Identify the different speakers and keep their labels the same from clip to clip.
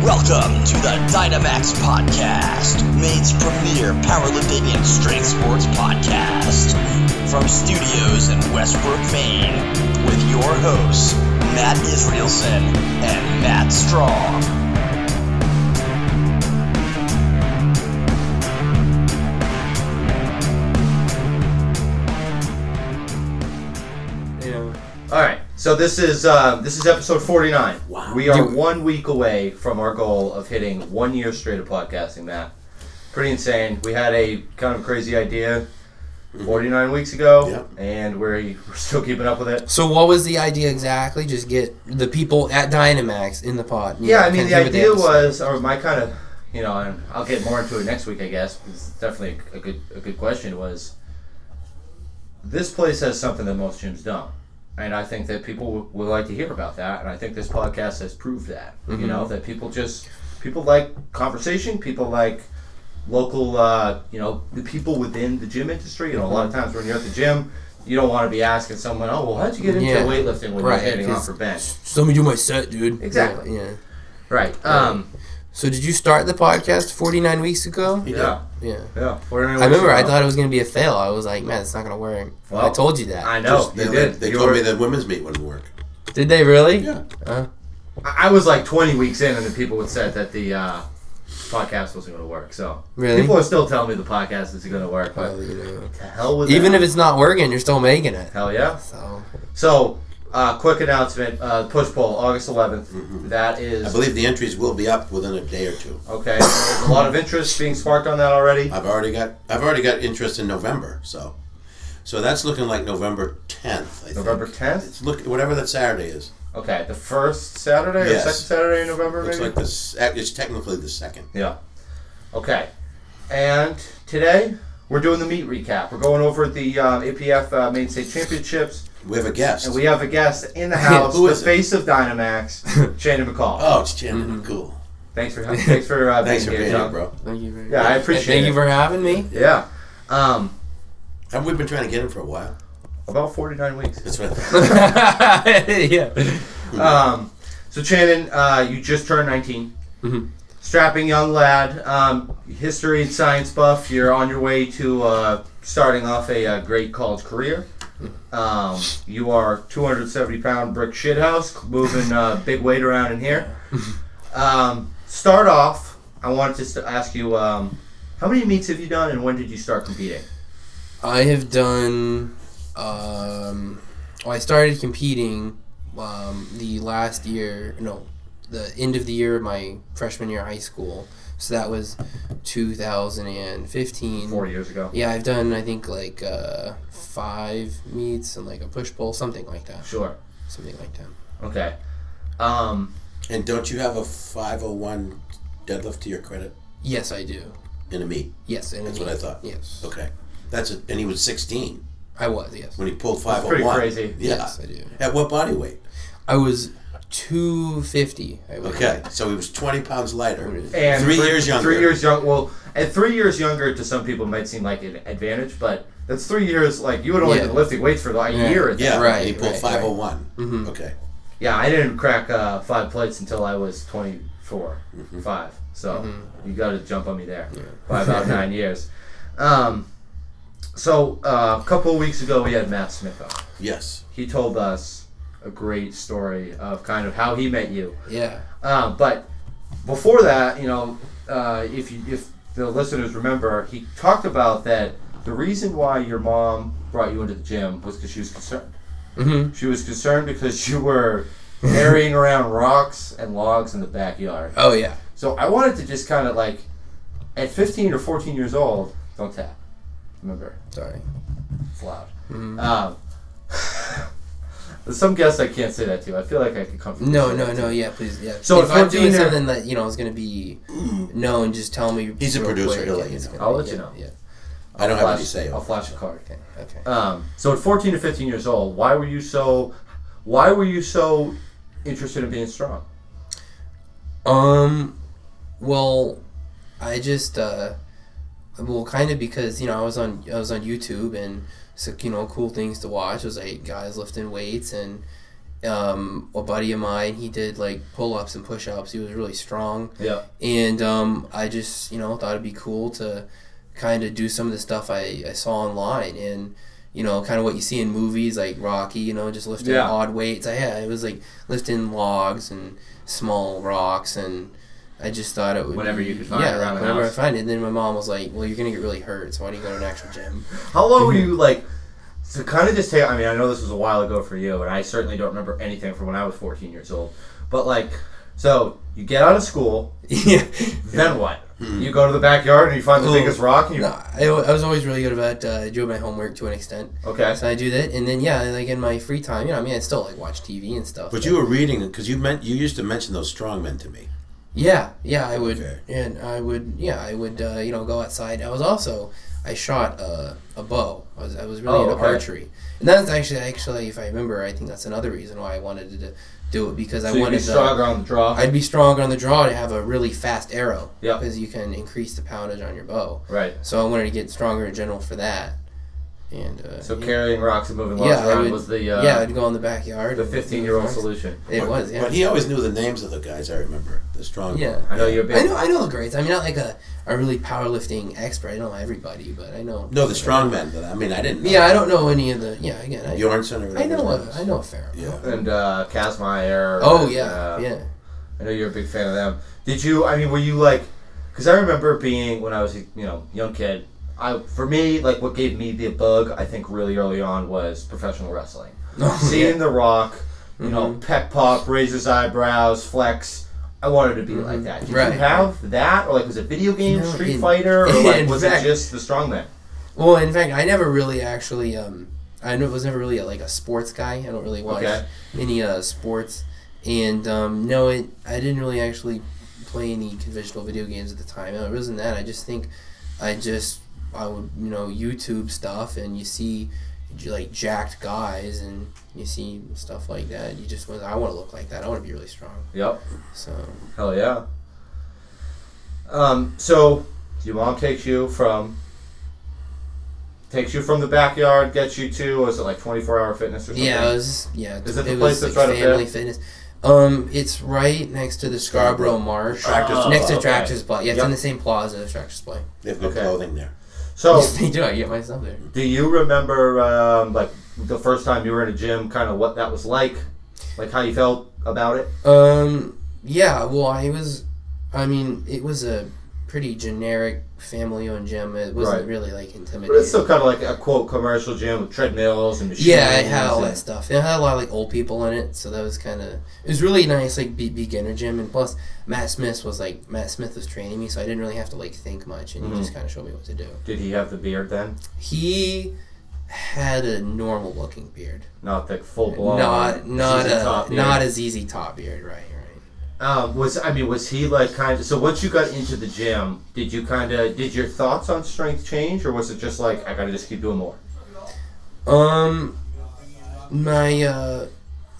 Speaker 1: Welcome to the Dynamax Podcast, Maine's premier powerlifting and strength sports podcast. From studios in Westbrook, Maine, with your hosts, Matt Israelson and Matt Strong.
Speaker 2: All right. So this is uh, this is episode forty nine.
Speaker 3: Wow.
Speaker 2: We are
Speaker 3: Dude.
Speaker 2: one week away from our goal of hitting one year straight of podcasting. Matt, pretty insane. We had a kind of crazy idea forty nine weeks ago,
Speaker 3: Mm-hmm. Yep.
Speaker 2: and we're, we're still keeping up with it.
Speaker 4: So what was the idea exactly? Just get the people at Dynamax in the pod.
Speaker 2: Yeah, I mean the
Speaker 4: can't remember
Speaker 2: idea
Speaker 4: episode.
Speaker 2: was, or my kind of, you know, and I'll get more into it next week, I guess. Because it's definitely a good a good question was. This place has something that most gyms don't, and I think that people w- would like to hear about that, and I think this podcast has proved that.
Speaker 4: Mm-hmm.
Speaker 2: You know that people just people like conversation, people like local, uh, you know, the people within the gym industry. You know, a lot of
Speaker 4: Mm-hmm.
Speaker 2: times when you're at the gym. You don't want to be asking someone, oh, well, how'd you get into
Speaker 4: Yeah.
Speaker 2: weightlifting when
Speaker 4: Right,
Speaker 2: you're hitting
Speaker 4: because-
Speaker 2: off for bench?
Speaker 4: So let me do my set, dude.
Speaker 2: Exactly.
Speaker 4: Yeah. yeah.
Speaker 2: Right. Um,
Speaker 4: So did you start the podcast 49 weeks ago?
Speaker 2: yeah.
Speaker 4: Yeah.
Speaker 2: Yeah.
Speaker 4: I remember I thought it was uh, gonna be a fail. I was like, man, it's not gonna work.
Speaker 2: Well,
Speaker 4: I told you that.
Speaker 2: I know
Speaker 3: Just-
Speaker 2: Oh, they
Speaker 3: yeah,
Speaker 2: did.
Speaker 3: They
Speaker 2: You
Speaker 3: told
Speaker 2: were-
Speaker 3: me that women's meet wouldn't work.
Speaker 4: Did they really?
Speaker 3: Yeah.
Speaker 2: I I was like 20 weeks in, and the people would said that the uh, podcast wasn't going to work. So
Speaker 4: Really?
Speaker 2: people are still telling me the podcast isn't going to work. But
Speaker 4: Well, you know.
Speaker 2: to hell with
Speaker 4: Even
Speaker 2: that.
Speaker 4: if it's not working, you're still making it.
Speaker 2: hell yeah.
Speaker 4: So
Speaker 2: So uh, quick announcement: uh, push poll August 11th. That
Speaker 3: Mm-hmm. I
Speaker 2: is
Speaker 3: believe the entries will be up within a day or two.
Speaker 2: okay. There's a lot of interest being sparked on that already.
Speaker 3: I've already got I've already got interest in November, so so that's looking like November tenth. I think.
Speaker 2: November 10th.
Speaker 3: It's look whatever that Saturday is.
Speaker 2: Okay, the first Saturday
Speaker 3: Yes.
Speaker 2: or second Saturday in November,
Speaker 3: Looks
Speaker 2: maybe.
Speaker 3: like this. It's technically the second.
Speaker 2: Yeah. Okay. And today we're doing the meet recap. We're going over the uh, APF uh, Main State Championships,
Speaker 3: We have a guest.
Speaker 2: and we have a guest in the house,
Speaker 3: Who
Speaker 2: the
Speaker 3: is it?
Speaker 2: face of Dynamax, Shannon McCall.
Speaker 3: oh, it's Chandler. Cool.
Speaker 2: Thanks for thanks for uh,
Speaker 3: Thanks for
Speaker 2: being
Speaker 3: being
Speaker 2: here,
Speaker 3: here,
Speaker 2: John.
Speaker 3: bro.
Speaker 4: thank you very
Speaker 2: Mm-hmm. Yeah, I appreciate
Speaker 4: Thank
Speaker 2: it.
Speaker 4: you for having me.
Speaker 2: Yeah. Um,
Speaker 3: Have we been trying to get him for a while?
Speaker 2: about forty nine weeks.
Speaker 3: That's what. I thought.
Speaker 4: yeah.
Speaker 2: Um, so Shannon, uh, you just turned 19
Speaker 4: Mhm.
Speaker 2: Strapping young lad, um, history and science buff. You're on your way to uh, starting off a, uh great college career. Um, you are 270 pound brick shithouse, moving uh, big weight around in here. Um, start off. I wanted to st- ask you, um, how many meets have you done, and when did you start competing?
Speaker 4: I have done. Um, well, I started competing um, the last year, no, the end of the year of my freshman year of high school. So that was 2015.
Speaker 2: Four years ago.
Speaker 4: Yeah, I've done I think like uh, five meets and like a push pull, something like that,
Speaker 2: Sure.
Speaker 4: something like that.
Speaker 2: Okay. Um,
Speaker 3: and don't you have a five hundred one deadlift to your credit
Speaker 4: Yes, I do.
Speaker 3: in a meet?
Speaker 4: Yes, and
Speaker 3: That's what I thought.
Speaker 4: Yes,
Speaker 3: Okay. That's it. And he was sixteen
Speaker 4: I was. Yes,
Speaker 3: when he pulled five
Speaker 2: pretty
Speaker 3: hundred one.
Speaker 2: crazy.
Speaker 3: Yeah.
Speaker 4: yes, I do.
Speaker 3: At what body weight?
Speaker 4: I was 250. I was.
Speaker 3: Okay, so he was 20 pounds lighter.
Speaker 2: and
Speaker 3: Three years younger.
Speaker 2: Three years young. Well, at three years younger, to some people might seem like an advantage, but that's three years. Like you had only
Speaker 4: Yeah.
Speaker 2: been lifting weights for like a
Speaker 4: Yeah.
Speaker 2: year. At
Speaker 3: Yeah,
Speaker 2: that.
Speaker 4: Right,
Speaker 3: He pulled
Speaker 4: right,
Speaker 3: 501.
Speaker 4: Mhm.
Speaker 3: Okay.
Speaker 2: Yeah, I didn't crack uh, five plates until I was 24,
Speaker 3: Mm-hmm.
Speaker 2: five. So you got to jump on me there by about nine years. Um, so uh, a couple of weeks ago, we had Matt Smith on.
Speaker 3: Yes.
Speaker 2: He told us a great story of kind of how he met you.
Speaker 4: Yeah.
Speaker 2: Um, but before that, you know, uh, if you, if the listeners remember, he talked about that the reason why your mom brought you into the gym was because she was concerned.
Speaker 4: Mhm.
Speaker 2: She was concerned because you were carrying around rocks and logs in the backyard.
Speaker 4: Oh yeah.
Speaker 2: So I wanted to just kind of like, at 15 or 14 years old, don't tap. Remember,
Speaker 4: Sorry.
Speaker 2: it's loud.
Speaker 3: Mm-hmm.
Speaker 2: Um, some guests I can't say that to. I feel like I could come from
Speaker 4: No, no, no. Yeah, please. Yeah.
Speaker 2: So
Speaker 4: So
Speaker 2: if
Speaker 4: if I'm
Speaker 2: I'm
Speaker 4: doing
Speaker 2: being there-
Speaker 4: something that you know is going to be known, just tell me.
Speaker 3: He's a
Speaker 4: real
Speaker 3: producer,
Speaker 4: quick,
Speaker 3: he'll
Speaker 4: yeah,
Speaker 3: let you
Speaker 4: it's
Speaker 3: know.
Speaker 4: gonna
Speaker 2: I'll
Speaker 4: be-
Speaker 2: let you
Speaker 4: yeah,
Speaker 2: know.
Speaker 4: Yeah.
Speaker 3: I don't have any
Speaker 2: Flash,
Speaker 3: say.
Speaker 2: I'll flash a card.
Speaker 4: Okay. Okay.
Speaker 2: Um, so at 14 to 15 years old, why were you so, why were you so interested in being strong?
Speaker 4: Um, well, I just uh, well, kind of because you know I was on I was on YouTube and so you know cool things to watch was like guys lifting weights and Um, a buddy of mine, he did like pull ups and push ups. He was really strong,
Speaker 2: Yeah.
Speaker 4: and um, I just you know thought it'd be cool to kind of do some of the stuff I, I saw online and you know kind of what you see in movies like Rocky. You know, just lifting
Speaker 2: Yeah.
Speaker 4: odd weights. I yeah, it was like lifting logs and small rocks and. I just thought it would
Speaker 2: Whatever
Speaker 4: be-
Speaker 2: you could find
Speaker 4: yeah,
Speaker 2: around the
Speaker 4: whatever
Speaker 2: house.
Speaker 4: I find. And then my mom was like, "Well, you're gonna get really hurt, so why don't you go to an actual gym?"
Speaker 2: How low were
Speaker 4: Mm-hmm.
Speaker 2: you like? To kind of just take. I mean, I know this was a while ago for you, and I certainly don't remember anything from when I was 14 years old. But like, so you get out of school,
Speaker 4: yeah, Mm-hmm.
Speaker 2: then what? You go to the backyard and you find the
Speaker 4: Ooh.
Speaker 2: biggest rock. And you,
Speaker 4: No, I, I was always really good about uh, doing my homework to an extent.
Speaker 2: Okay.
Speaker 4: So I do that, and then yeah, like in my free time, you know, I mean, I still like watch TV and stuff.
Speaker 3: But you were reading because you meant you used to mention those strongmen to me.
Speaker 4: Yeah, yeah, I would,
Speaker 3: Okay.
Speaker 4: and I would, yeah, I would, uh, you know, go outside. I was also, I shot uh, a bow. I was, I was really
Speaker 2: Oh,
Speaker 4: into
Speaker 2: okay.
Speaker 4: archery, and that's actually, actually, if I remember, I think that's another reason why I wanted to d- do it because I
Speaker 2: so you
Speaker 4: wanted
Speaker 2: be stronger on the draw.
Speaker 4: I'd be stronger on the draw to have a really fast arrow.
Speaker 2: Yeah.
Speaker 4: Because you can increase the poundage on your bow.
Speaker 2: right.
Speaker 4: So I wanted to get stronger in general for that. And uh,
Speaker 2: So
Speaker 4: yeah.
Speaker 2: carrying rocks and moving logs
Speaker 4: Yeah, I
Speaker 2: around
Speaker 4: would-
Speaker 2: was the uh,
Speaker 4: yeah, I'd go in the backyard.
Speaker 2: the
Speaker 4: and-
Speaker 2: 15 year old solution.
Speaker 4: It
Speaker 3: But-
Speaker 4: was, yeah.
Speaker 3: But he always knew the names of the guys. I remember the strongmen.
Speaker 4: Yeah.
Speaker 2: I know you're a big.
Speaker 4: I know, I know the grades. I mean, not like a, a really powerlifting expert. I know everybody, but I know.
Speaker 3: No, the strongmen. But I mean, I didn't. Know
Speaker 4: Yeah, I don't know any of the. Yeah, again, I,
Speaker 3: Jornsen or
Speaker 4: I
Speaker 3: whatever.
Speaker 4: know
Speaker 3: his
Speaker 4: a,
Speaker 3: name
Speaker 4: I
Speaker 3: is.
Speaker 4: know a fair amount.
Speaker 3: Yeah.
Speaker 2: And uh, Kazmaier.
Speaker 4: Oh
Speaker 2: and,
Speaker 4: yeah,
Speaker 2: uh,
Speaker 4: yeah.
Speaker 2: I know you're a big fan of them. Did you? I mean, were you like? Because I remember being when I was a, you know young kid. I for me like what gave me the bug I think really early on was professional wrestling.
Speaker 4: No,
Speaker 2: Seeing The Rock, you know,
Speaker 4: Mm-hmm.
Speaker 2: pep pop, raise his eyebrows, flex. I wanted to be like that. Did
Speaker 4: Mm-hmm. Right.
Speaker 2: you have that, or like was it video game,
Speaker 4: No,
Speaker 2: Street
Speaker 4: in-
Speaker 2: Fighter, or like
Speaker 4: in
Speaker 2: was
Speaker 4: fact-
Speaker 2: it just the strongman?
Speaker 4: Well, in fact, I never really actually. Um, I know- was never really like a sports guy. I don't really watch
Speaker 2: Okay.
Speaker 4: any uh, sports, and um, no, it. I didn't really actually play any conventional video games at the time. It wasn't that. I just think, I just I would you know YouTube stuff, and you see j- like jacked guys, and you see stuff like that. You just want I want to look like that. I want to be really strong.
Speaker 2: Yep.
Speaker 4: So
Speaker 2: Hell yeah. Um, so your mom takes you from takes you from the backyard, gets you to was it like twenty four hour fitness or something?
Speaker 4: yeah, it was yeah.
Speaker 2: Is it the
Speaker 4: it was
Speaker 2: place that's
Speaker 4: like
Speaker 2: right up there?
Speaker 4: family fitness. Um, it's right next to the Scarborough Marsh.
Speaker 3: Tractors.
Speaker 2: Oh.
Speaker 4: next to
Speaker 2: okay.
Speaker 4: Tractor Supply. Yeah, it's
Speaker 2: Yep.
Speaker 4: in the same plaza as Tractor Supply.
Speaker 3: They have good
Speaker 2: Okay.
Speaker 3: clothing there.
Speaker 2: So
Speaker 4: they do. I get myself there.
Speaker 2: do you remember um, like the first time you were in a gym, kind of what that was like, like how you felt about it?
Speaker 4: Um. Yeah. Well, I was. I mean, it was a pretty generic family-owned gym. It wasn't
Speaker 2: Right.
Speaker 4: really like
Speaker 2: But it's
Speaker 4: intimidating.
Speaker 2: still kind of like a quote commercial gym with treadmills and machines.
Speaker 4: Yeah, it had all
Speaker 2: and-
Speaker 4: that stuff. It had a lot of like old people in it, so that was kind of. It was really nice, like be- beginner gym, and plus Matt Smith was like Matt Smith was training me, so I didn't really have to like think much, and
Speaker 2: Mm-hmm.
Speaker 4: he just kind of showed me what to do.
Speaker 2: Did he have the beard then?
Speaker 4: He had a normal-looking beard,
Speaker 2: Not the full blown.
Speaker 4: not not
Speaker 2: ZZ
Speaker 4: a
Speaker 2: Top beard.
Speaker 4: not a ZZ Top beard, right? Right.
Speaker 2: Um, was I mean was he like kind of so once you got into the gym did you kind of did your thoughts on strength change or was it just like I gotta just keep doing more
Speaker 4: Um, my uh,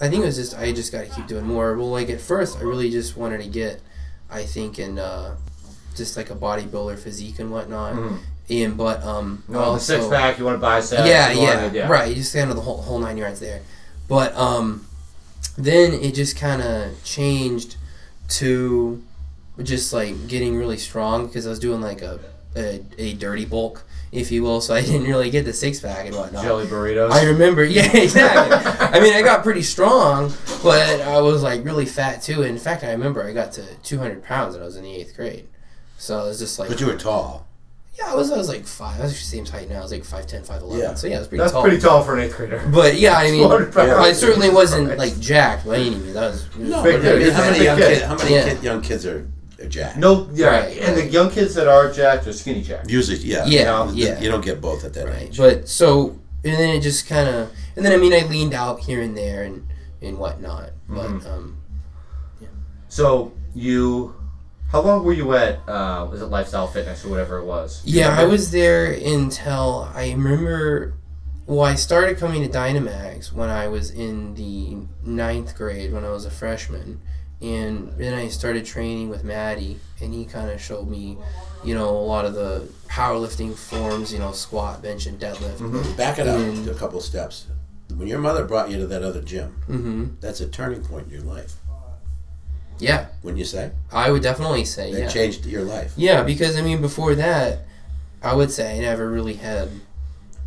Speaker 4: I think it was just I just got to keep doing more. Well, like at first, I really just wanted to get, I think, in uh, just like a bodybuilder physique and whatnot. And but um,
Speaker 2: you want the six pack you want to biceps
Speaker 4: yeah,
Speaker 2: you wanna-
Speaker 4: yeah, right. You just kind of the whole whole nine yards there, but um, then it just kind of changed to just like getting really strong because I was doing like a, a a dirty bulk, if you will. So I didn't really get the six pack and whatnot.
Speaker 2: jelly burritos
Speaker 4: I remember, yeah, exactly. I mean, I got pretty strong, but I was like really fat too. In fact, I remember I got to 200 pounds when I was in the eighth grade. So I was just like,
Speaker 3: But you were tall.
Speaker 4: yeah, I was, I was like five. I was the same height now. I was like 5'10, 5'11.
Speaker 3: Yeah.
Speaker 4: So yeah, I was pretty
Speaker 2: that's
Speaker 4: tall.
Speaker 2: pretty tall for an eighth grader
Speaker 4: But yeah, I mean,
Speaker 2: 200 pounds.
Speaker 4: I certainly
Speaker 2: Jesus
Speaker 4: wasn't
Speaker 2: Christ.
Speaker 4: like jacked by any means. That was, it was
Speaker 3: No,
Speaker 2: Big
Speaker 3: but
Speaker 2: kid.
Speaker 3: I mean,
Speaker 2: He's a
Speaker 3: how many
Speaker 2: big
Speaker 3: young
Speaker 2: kid.
Speaker 3: kids? How many
Speaker 4: Yeah.
Speaker 3: kid, young kids are, are jacked?
Speaker 2: no yeah
Speaker 4: Right,
Speaker 2: and the
Speaker 4: right.
Speaker 2: young kids that are jacked are skinny jacked
Speaker 3: Usually, yeah.
Speaker 4: Yeah,
Speaker 3: You know,
Speaker 4: yeah.
Speaker 3: You don't get both at that
Speaker 4: right.
Speaker 3: age.
Speaker 4: But so, and then it just kind of, and then I mean, I leaned out here and there and and whatnot. But
Speaker 2: Mm-hmm.
Speaker 4: um,
Speaker 2: so you how long were you at uh, was it lifestyle fitness or whatever it was Do you
Speaker 4: Yeah, I
Speaker 2: remember?
Speaker 4: was there until I remember. Well, I started coming to Dynamax when I was in the ninth grade when I was a freshman. And then I started training with Maddie, and he kind of showed me, you know, a lot of the
Speaker 2: Mm-hmm.
Speaker 4: powerlifting forms, you know, squat, bench, and deadlift.
Speaker 3: Back it up
Speaker 4: Mm.
Speaker 3: a couple steps. when your mother brought you to that other gym,
Speaker 4: Mm-hmm.
Speaker 3: that's a turning point in your life.
Speaker 4: Yeah,
Speaker 3: Wouldn't you say?
Speaker 4: I would definitely say
Speaker 3: That
Speaker 4: yeah.
Speaker 3: changed your life.
Speaker 4: Yeah, because I mean, before that, I would say I never really had.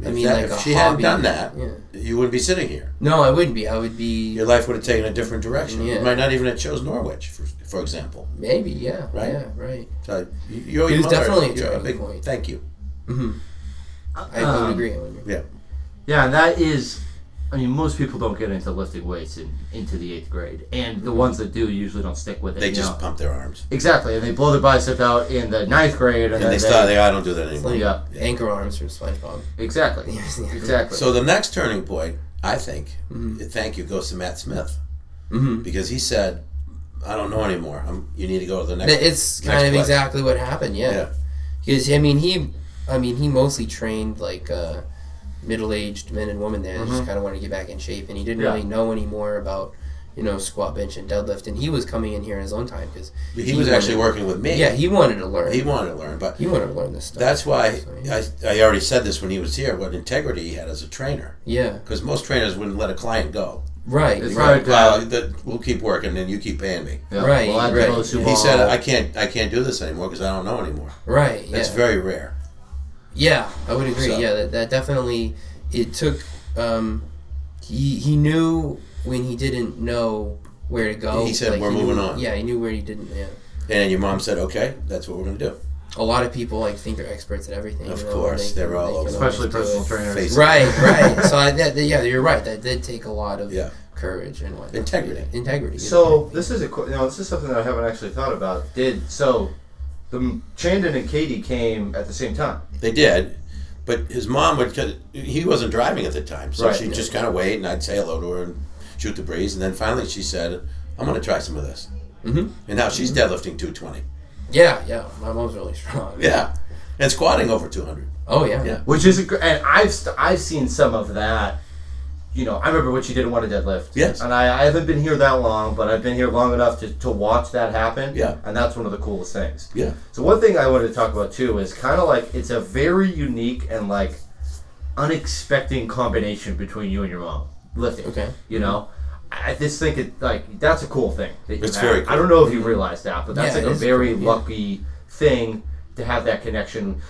Speaker 4: I
Speaker 3: If
Speaker 4: mean,
Speaker 3: that-
Speaker 4: like
Speaker 3: if
Speaker 4: a
Speaker 3: she
Speaker 4: hobby.
Speaker 3: hadn't done that,
Speaker 4: Yeah.
Speaker 3: you wouldn't be sitting here.
Speaker 4: No, I wouldn't be. I would be
Speaker 3: Your life would have taken a different direction. You
Speaker 4: Yeah.
Speaker 3: might not even have chose Norwich, for, for example.
Speaker 4: maybe. Yeah.
Speaker 3: Right?
Speaker 4: Yeah. Right.
Speaker 3: So you, you owe
Speaker 4: It
Speaker 3: your
Speaker 4: was
Speaker 3: mother
Speaker 4: definitely a
Speaker 3: you know,
Speaker 4: turning point.
Speaker 3: Thank you.
Speaker 4: hmm I
Speaker 2: Um,
Speaker 4: would agree. I would agree.
Speaker 2: Yeah, and that is. I mean, most people don't get into lifting weights in, into the eighth grade, and the ones that do usually don't stick with it.
Speaker 3: They
Speaker 2: you
Speaker 3: just
Speaker 2: know.
Speaker 3: pump their arms.
Speaker 2: exactly, and they blow their bicep out in the ninth grade, and,
Speaker 3: And
Speaker 2: then
Speaker 3: they start, they, I don't do that anymore.
Speaker 2: yeah,
Speaker 4: Anchor arms from SpongeBob.
Speaker 2: exactly, exactly.
Speaker 3: So the next turning point, I think,
Speaker 4: Mhm.
Speaker 3: thank you, goes to Matt Smith.
Speaker 4: hmm
Speaker 3: Because he said, I don't know anymore. i you need to go to the next.
Speaker 4: It's kind
Speaker 3: next
Speaker 4: of
Speaker 3: play.
Speaker 4: exactly what happened.
Speaker 3: Yeah.
Speaker 4: Yeah. Because I mean, he, I mean, he mostly trained like uh, middle-aged men and women there.
Speaker 3: Mm-hmm.
Speaker 4: Just kind of wanted to get back in shape, and he didn't
Speaker 2: Yeah.
Speaker 4: really know anymore about. You know, squat, bench, and deadlift, and he was coming in here in his own time because
Speaker 3: He, was actually working with me.
Speaker 4: Yeah, he wanted to learn.
Speaker 3: He wanted to learn, but
Speaker 4: You want to learn this stuff.
Speaker 3: that's why
Speaker 4: So, yeah.
Speaker 3: I, I already said this when he was here. What integrity he had as a trainer,
Speaker 4: yeah.
Speaker 3: because most trainers wouldn't let a client go.
Speaker 4: Right.
Speaker 2: It's
Speaker 4: right.
Speaker 2: Right.
Speaker 3: Well, that we'll keep working, and you keep paying me.
Speaker 2: yeah.
Speaker 4: right,
Speaker 2: Well, that's
Speaker 4: right.
Speaker 2: those who
Speaker 3: He said,
Speaker 2: all-
Speaker 3: "I can't, I can't do this anymore because I don't know anymore."
Speaker 4: Right. Yeah.
Speaker 3: That's very rare.
Speaker 4: yeah. I would agree.
Speaker 3: So-
Speaker 4: Yeah. That, that definitely. It took. Um, he he knew when he didn't know where to go.
Speaker 3: He said, "We're
Speaker 4: knew-
Speaker 3: moving on."
Speaker 4: Yeah. He knew where he didn't. Yeah.
Speaker 3: And your mom said, "Okay, that's what we're going to do."
Speaker 4: A lot of people like think they're experts at everything.
Speaker 3: Of
Speaker 4: you know,
Speaker 3: course,
Speaker 4: they-
Speaker 3: they're all
Speaker 4: they
Speaker 3: over.
Speaker 4: can
Speaker 2: especially
Speaker 4: always do
Speaker 2: personal
Speaker 4: it.
Speaker 2: trainers.
Speaker 3: Face-
Speaker 4: Right. Right. so I, that, yeah, you're right. That did take a lot of
Speaker 3: Yeah.
Speaker 4: courage and whatnot.
Speaker 3: Integrity.
Speaker 4: Integrity. yeah.
Speaker 2: So this is a qu- you know this is something that I haven't actually thought about. Did so, the Chandon and Katie came at the same time.
Speaker 3: They did, but his mom would. Cause he wasn't driving at the time, so
Speaker 2: Right.
Speaker 3: she'd just kind of wait, and I'd say hello to her and shoot the breeze, and then finally she said, "I'm going to try some of this."
Speaker 4: Mhm.
Speaker 3: And now she's deadlifting 220.
Speaker 4: Yeah. Yeah. My mom's really strong.
Speaker 3: Yeah, and squatting over 200.
Speaker 4: Oh yeah.
Speaker 3: Yeah.
Speaker 2: Which is a, gr- and I've st- I've seen some of that. You know, I remember what you did in What a Deadlift.
Speaker 3: Yes.
Speaker 2: And I, I haven't been here that long, but I've been here long enough to, to watch that happen.
Speaker 3: Yeah.
Speaker 2: And that's one of the coolest things.
Speaker 3: Yeah.
Speaker 2: So one thing I wanted to talk about too is kind of like it's a very unique and like unexpected combination between you and your mom lifting.
Speaker 4: Okay.
Speaker 2: You know, I I just think it like that's a cool thing. That you
Speaker 3: It's
Speaker 2: have.
Speaker 3: very cool.
Speaker 2: I don't know if you realize that, but that's
Speaker 4: Yeah,
Speaker 2: like
Speaker 4: it
Speaker 2: a
Speaker 4: is
Speaker 2: very
Speaker 4: cool, yeah.
Speaker 2: lucky thing to have that connection.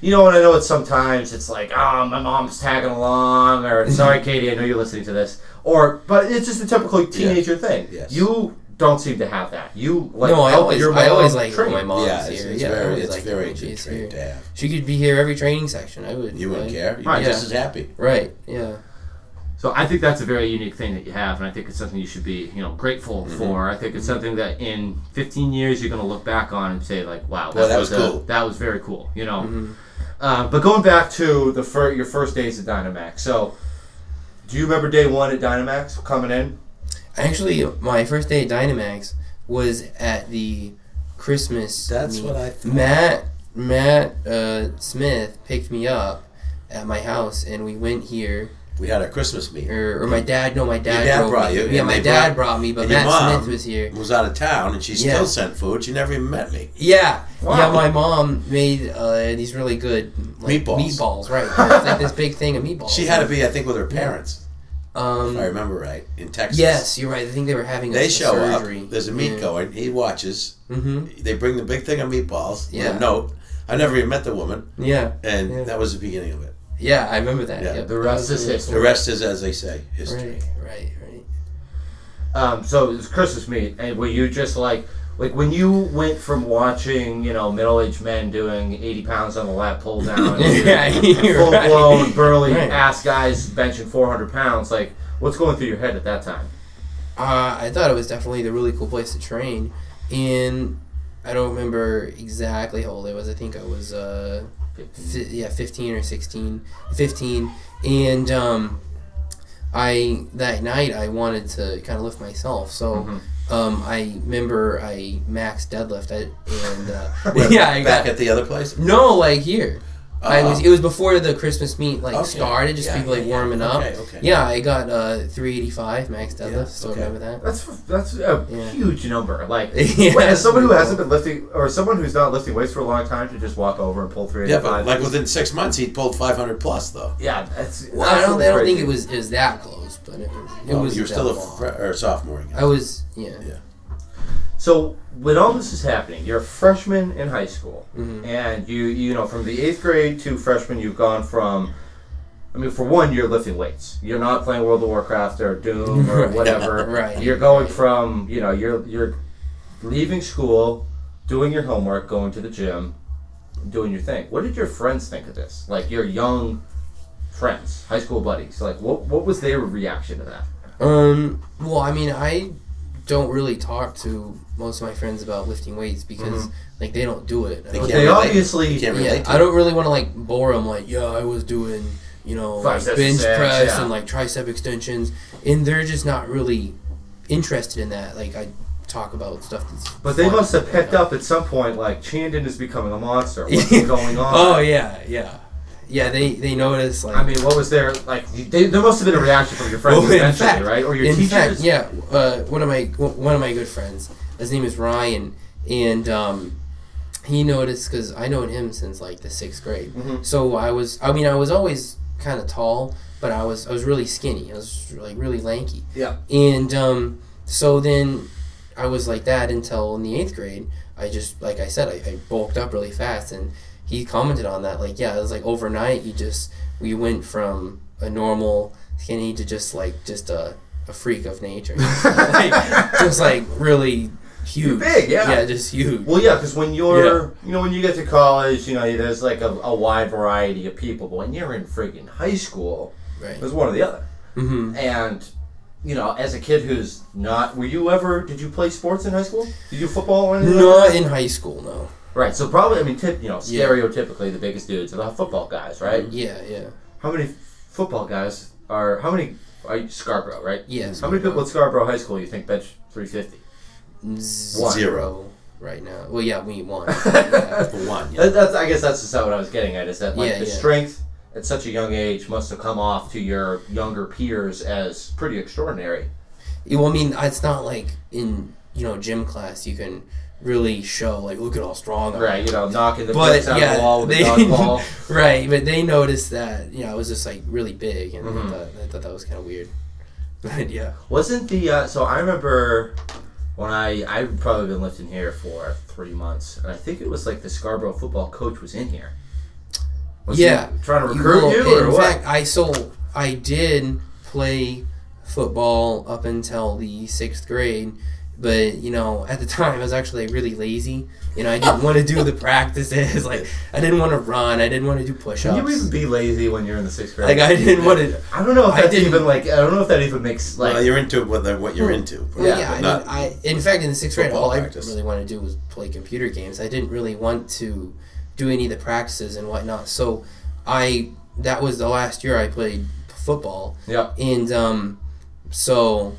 Speaker 2: You know, and I know it's sometimes it's like, ah, my mom's tagging along, or sorry, Katie, I know you're listening to this, or but it's just a typical teenager thing.
Speaker 3: Yes.
Speaker 2: You don't seem to have that. You like oh,
Speaker 4: no, I
Speaker 2: help
Speaker 4: always,
Speaker 2: your
Speaker 4: I
Speaker 2: mom
Speaker 4: always like
Speaker 2: train.
Speaker 4: my mom's
Speaker 3: yeah, it's,
Speaker 4: here.
Speaker 3: it's
Speaker 4: yeah, I
Speaker 3: very,
Speaker 4: always
Speaker 3: it's
Speaker 4: like
Speaker 3: very
Speaker 4: when
Speaker 3: good
Speaker 4: she's
Speaker 3: trait to
Speaker 4: here.
Speaker 3: have.
Speaker 4: She could be here every training section. I would.
Speaker 3: You wouldn't
Speaker 4: like-
Speaker 3: care. You'd
Speaker 2: Right.
Speaker 3: be just
Speaker 4: Yeah.
Speaker 3: as happy.
Speaker 4: Right. Yeah.
Speaker 2: So I think that's a very unique thing that you have, and I think it's something you should be, you know, grateful
Speaker 3: Mm-hmm.
Speaker 2: for. I think it's something that in 15 years you're going to look back on and say, like, wow,
Speaker 3: Boy, that was
Speaker 2: a-
Speaker 3: cool. Mm-hmm.
Speaker 2: that was very cool, you know. Uh, but going back to the fir- your first days at Dynamax, so do you remember day one at Dynamax coming in?
Speaker 4: Actually, my first day at Dynamax was at the Christmas.
Speaker 3: That's
Speaker 4: meet.
Speaker 3: what I thought.
Speaker 4: Matt Matt uh, Smith picked me up at my house, and we went here. Er,
Speaker 3: We had our Christmas meet.
Speaker 4: Or, or my dad. No, my dad.
Speaker 3: dad
Speaker 4: drove
Speaker 3: brought
Speaker 4: me.
Speaker 3: you,
Speaker 4: Yeah,
Speaker 3: and
Speaker 4: my
Speaker 3: they
Speaker 4: dad
Speaker 3: brought-
Speaker 4: brought me, but
Speaker 3: and your
Speaker 4: Matt
Speaker 3: mom-
Speaker 4: Smith was here.
Speaker 3: was out of town, and she
Speaker 4: Yeah.
Speaker 3: still sent food. She never even met me.
Speaker 4: Yeah,
Speaker 2: Wow.
Speaker 4: yeah. My mom made uh, these really good like,
Speaker 3: Meatballs.
Speaker 4: Meatballs, right? It's like this big thing of meatballs.
Speaker 3: She had to be, I think, with her parents,
Speaker 4: Um,
Speaker 3: if I remember right, in Texas.
Speaker 4: yes, you're right. I think they were having. a,
Speaker 3: They
Speaker 4: a
Speaker 3: show
Speaker 4: surgery.
Speaker 3: up. There's a meet going. He watches.
Speaker 4: hmm
Speaker 3: They bring the big thing of meatballs with
Speaker 4: Yeah.
Speaker 3: a note. I never even met the woman,
Speaker 4: Yeah,
Speaker 3: and
Speaker 4: Yeah.
Speaker 3: that was the beginning of it.
Speaker 4: yeah. I remember that.
Speaker 3: Yeah.
Speaker 4: Yep.
Speaker 2: The rest
Speaker 4: That was
Speaker 2: is
Speaker 4: really
Speaker 2: history.
Speaker 3: The rest is, as they say,
Speaker 4: cool.
Speaker 3: history.
Speaker 4: Right, right, right.
Speaker 2: Um, so it was Christmas meet, and were you just like, like when you went from watching, you know, middle-aged men doing 80 pounds on the lat pull down,
Speaker 4: Yeah, you're
Speaker 2: full
Speaker 4: right.
Speaker 2: blown burly
Speaker 4: Right.
Speaker 2: ass guys benching 400 pounds. Like, what's going through your head at that time?
Speaker 4: Uh, I thought it was definitely the really cool place to train, and I don't remember exactly how old I was. I think I was uh, fi- yeah, fifteen or 16, 15. and um, I that night I wanted to kind of lift myself, so.
Speaker 3: Mm-hmm.
Speaker 4: Um, I remember I max deadlift I, and uh,
Speaker 3: Where-
Speaker 4: yeah I
Speaker 3: back
Speaker 4: got
Speaker 3: at the other place.
Speaker 4: no like here I was, it was before the Christmas meet like
Speaker 3: Okay.
Speaker 4: started, just
Speaker 3: Yeah,
Speaker 4: people
Speaker 3: yeah,
Speaker 4: like
Speaker 3: yeah.
Speaker 4: warming up.
Speaker 3: Okay, okay.
Speaker 4: Yeah, I got uh, 385 max deadlift.
Speaker 3: Yeah,
Speaker 4: Still
Speaker 3: okay.
Speaker 4: remember that?
Speaker 2: That's that's a
Speaker 4: Yeah.
Speaker 2: huge number. Like,
Speaker 4: Yeah.
Speaker 2: when- as someone who hasn't been lifting, or someone who's not lifting weights for a long time, to just walk over and pull three
Speaker 3: Yeah,
Speaker 2: eighty
Speaker 3: but
Speaker 2: five.
Speaker 3: like within six months, he pulled 500 plus, though.
Speaker 2: yeah, that's.
Speaker 4: Well, I don't, I don't
Speaker 2: absolutely
Speaker 4: think
Speaker 2: crazy.
Speaker 4: it was it was that close, but it was. It
Speaker 3: Well,
Speaker 4: was
Speaker 3: you were still a
Speaker 4: long.
Speaker 3: fr- or sophomore. I guess.
Speaker 4: I was yeah.
Speaker 3: Yeah.
Speaker 2: So when all this is happening, you're a freshman in high school,
Speaker 4: Mhm.
Speaker 2: and you you know from the eighth grade to freshman, you've gone from. I mean, for one, you're lifting weights. You're not playing World of Warcraft or Doom or whatever.
Speaker 4: Right.
Speaker 2: You're going from you know you're you're leaving school, doing your homework, going to the gym, doing your thing. What did your friends think of this? Like your young friends, high school buddies. Like what what was their reaction to that?
Speaker 4: Um. Well, I mean, I don't really talk to most of my friends about lifting weights because like they don't do it. I
Speaker 3: They
Speaker 4: don't-
Speaker 3: can't
Speaker 2: They
Speaker 3: relate.
Speaker 2: obviously-
Speaker 3: They can't
Speaker 4: yeah,
Speaker 3: relate. to
Speaker 4: I
Speaker 3: it.
Speaker 4: don't really want to like bore them. Like, yeah, I was doing you know
Speaker 2: Five
Speaker 4: like,
Speaker 2: sets of
Speaker 4: bench
Speaker 2: sets,
Speaker 4: press
Speaker 2: yeah.
Speaker 4: and like tricep extensions, and they're just not really interested in that. Like, I talk about stuff that's.
Speaker 2: But they
Speaker 4: fun,
Speaker 2: must have
Speaker 4: you
Speaker 2: picked
Speaker 4: know?
Speaker 2: up at some point, like Chandon is becoming a monster. What's going on?
Speaker 4: Oh yeah, yeah, yeah. They they notice like.
Speaker 2: I mean, what was their like? you- They, there must have been a reaction from your friends
Speaker 4: Well, in
Speaker 2: eventually,
Speaker 4: fact-
Speaker 2: right? Or your
Speaker 4: in
Speaker 2: teachers?
Speaker 4: fact, yeah, uh, one of my one of my good friends, his name is Ryan, and um, he noticed because I known him since like the sixth grade.
Speaker 2: Mhm.
Speaker 4: So I was, I mean, I was always kind of tall, but I was I was really skinny. I was like really lanky,
Speaker 2: Yeah.
Speaker 4: and um, so then I was like that until in the eighth grade. I just like I said, I, I bulked up really fast, and he commented on that. Like, yeah, it was like overnight. You just we went from a normal skinny to just like just a, a freak of nature, Like, just like really huge,
Speaker 2: big, yeah.
Speaker 4: yeah, just huge.
Speaker 2: Well, yeah, because when you're, you know, when you get to college, you know, there's like a, a wide variety of people. But when you're in freaking high school,
Speaker 4: Right.
Speaker 2: there's one or the other.
Speaker 4: Mm-hmm.
Speaker 2: And you know, as a kid who's not, were you ever? Did you play sports in high school? Did you football or anything? like
Speaker 4: Not
Speaker 2: that?
Speaker 4: in high school, no.
Speaker 2: Right. So probably, I mean, tip, you know,
Speaker 4: Yeah.
Speaker 2: stereotypically, the biggest dudes are the football guys, right?
Speaker 4: Yeah, yeah,
Speaker 2: How many football guys are? How many are you, Scarborough, right?
Speaker 4: yeah.
Speaker 2: How many people at Scarborough High School you think bench 350?
Speaker 4: Zero.
Speaker 3: Zero.
Speaker 4: right now. Well, yeah, we won.
Speaker 3: For one. Yeah.
Speaker 2: That, that's, I guess that's just not what I was getting at. Is that like
Speaker 4: Yeah,
Speaker 2: the
Speaker 4: yeah.
Speaker 2: strength at such a young age must have come off to your younger peers as pretty extraordinary.
Speaker 4: Yeah, Well, I mean, it's not like in you know gym class you can really show like look at how strong I am.
Speaker 2: Right, you know, knocking the
Speaker 4: But
Speaker 2: bricks out of the wall
Speaker 4: yeah,
Speaker 2: with
Speaker 4: they
Speaker 2: a dog ball.
Speaker 4: right. But they noticed that you know I was just like really big, and
Speaker 2: Mm-hmm.
Speaker 4: I, thought, I thought that was kind of weird. But yeah,
Speaker 2: Wasn't the uh, so I remember when I I've probably been lifting here for three months, and I think it was like the Scarborough football coach was in here. Was
Speaker 4: Yeah.
Speaker 2: he trying to recruit
Speaker 4: will-
Speaker 2: you, or
Speaker 4: in
Speaker 2: what?
Speaker 4: fact, I so I did play football up until the sixth grade. But you know, at the time, I was actually really lazy. You know, I didn't want to do the practices. Like, I didn't want to run. I didn't want to do
Speaker 2: Can you
Speaker 4: push-ups.
Speaker 2: even be lazy when you're in the sixth grade?
Speaker 4: Like, I didn't want to.
Speaker 2: I don't know if
Speaker 4: I
Speaker 2: that's
Speaker 4: didn't-
Speaker 2: even like I don't know if that even makes like
Speaker 3: Well, Uh, you're into what, the, what you're into. but-
Speaker 4: Yeah,
Speaker 3: but
Speaker 4: I,
Speaker 3: not-
Speaker 4: mean, I in fact in the sixth grade,
Speaker 3: football
Speaker 4: all I
Speaker 3: practice.
Speaker 4: really wanted to do was play computer games. I didn't really want to do any of the practices and whatnot. So I that was the last year I played football,
Speaker 2: yeah
Speaker 4: and um, so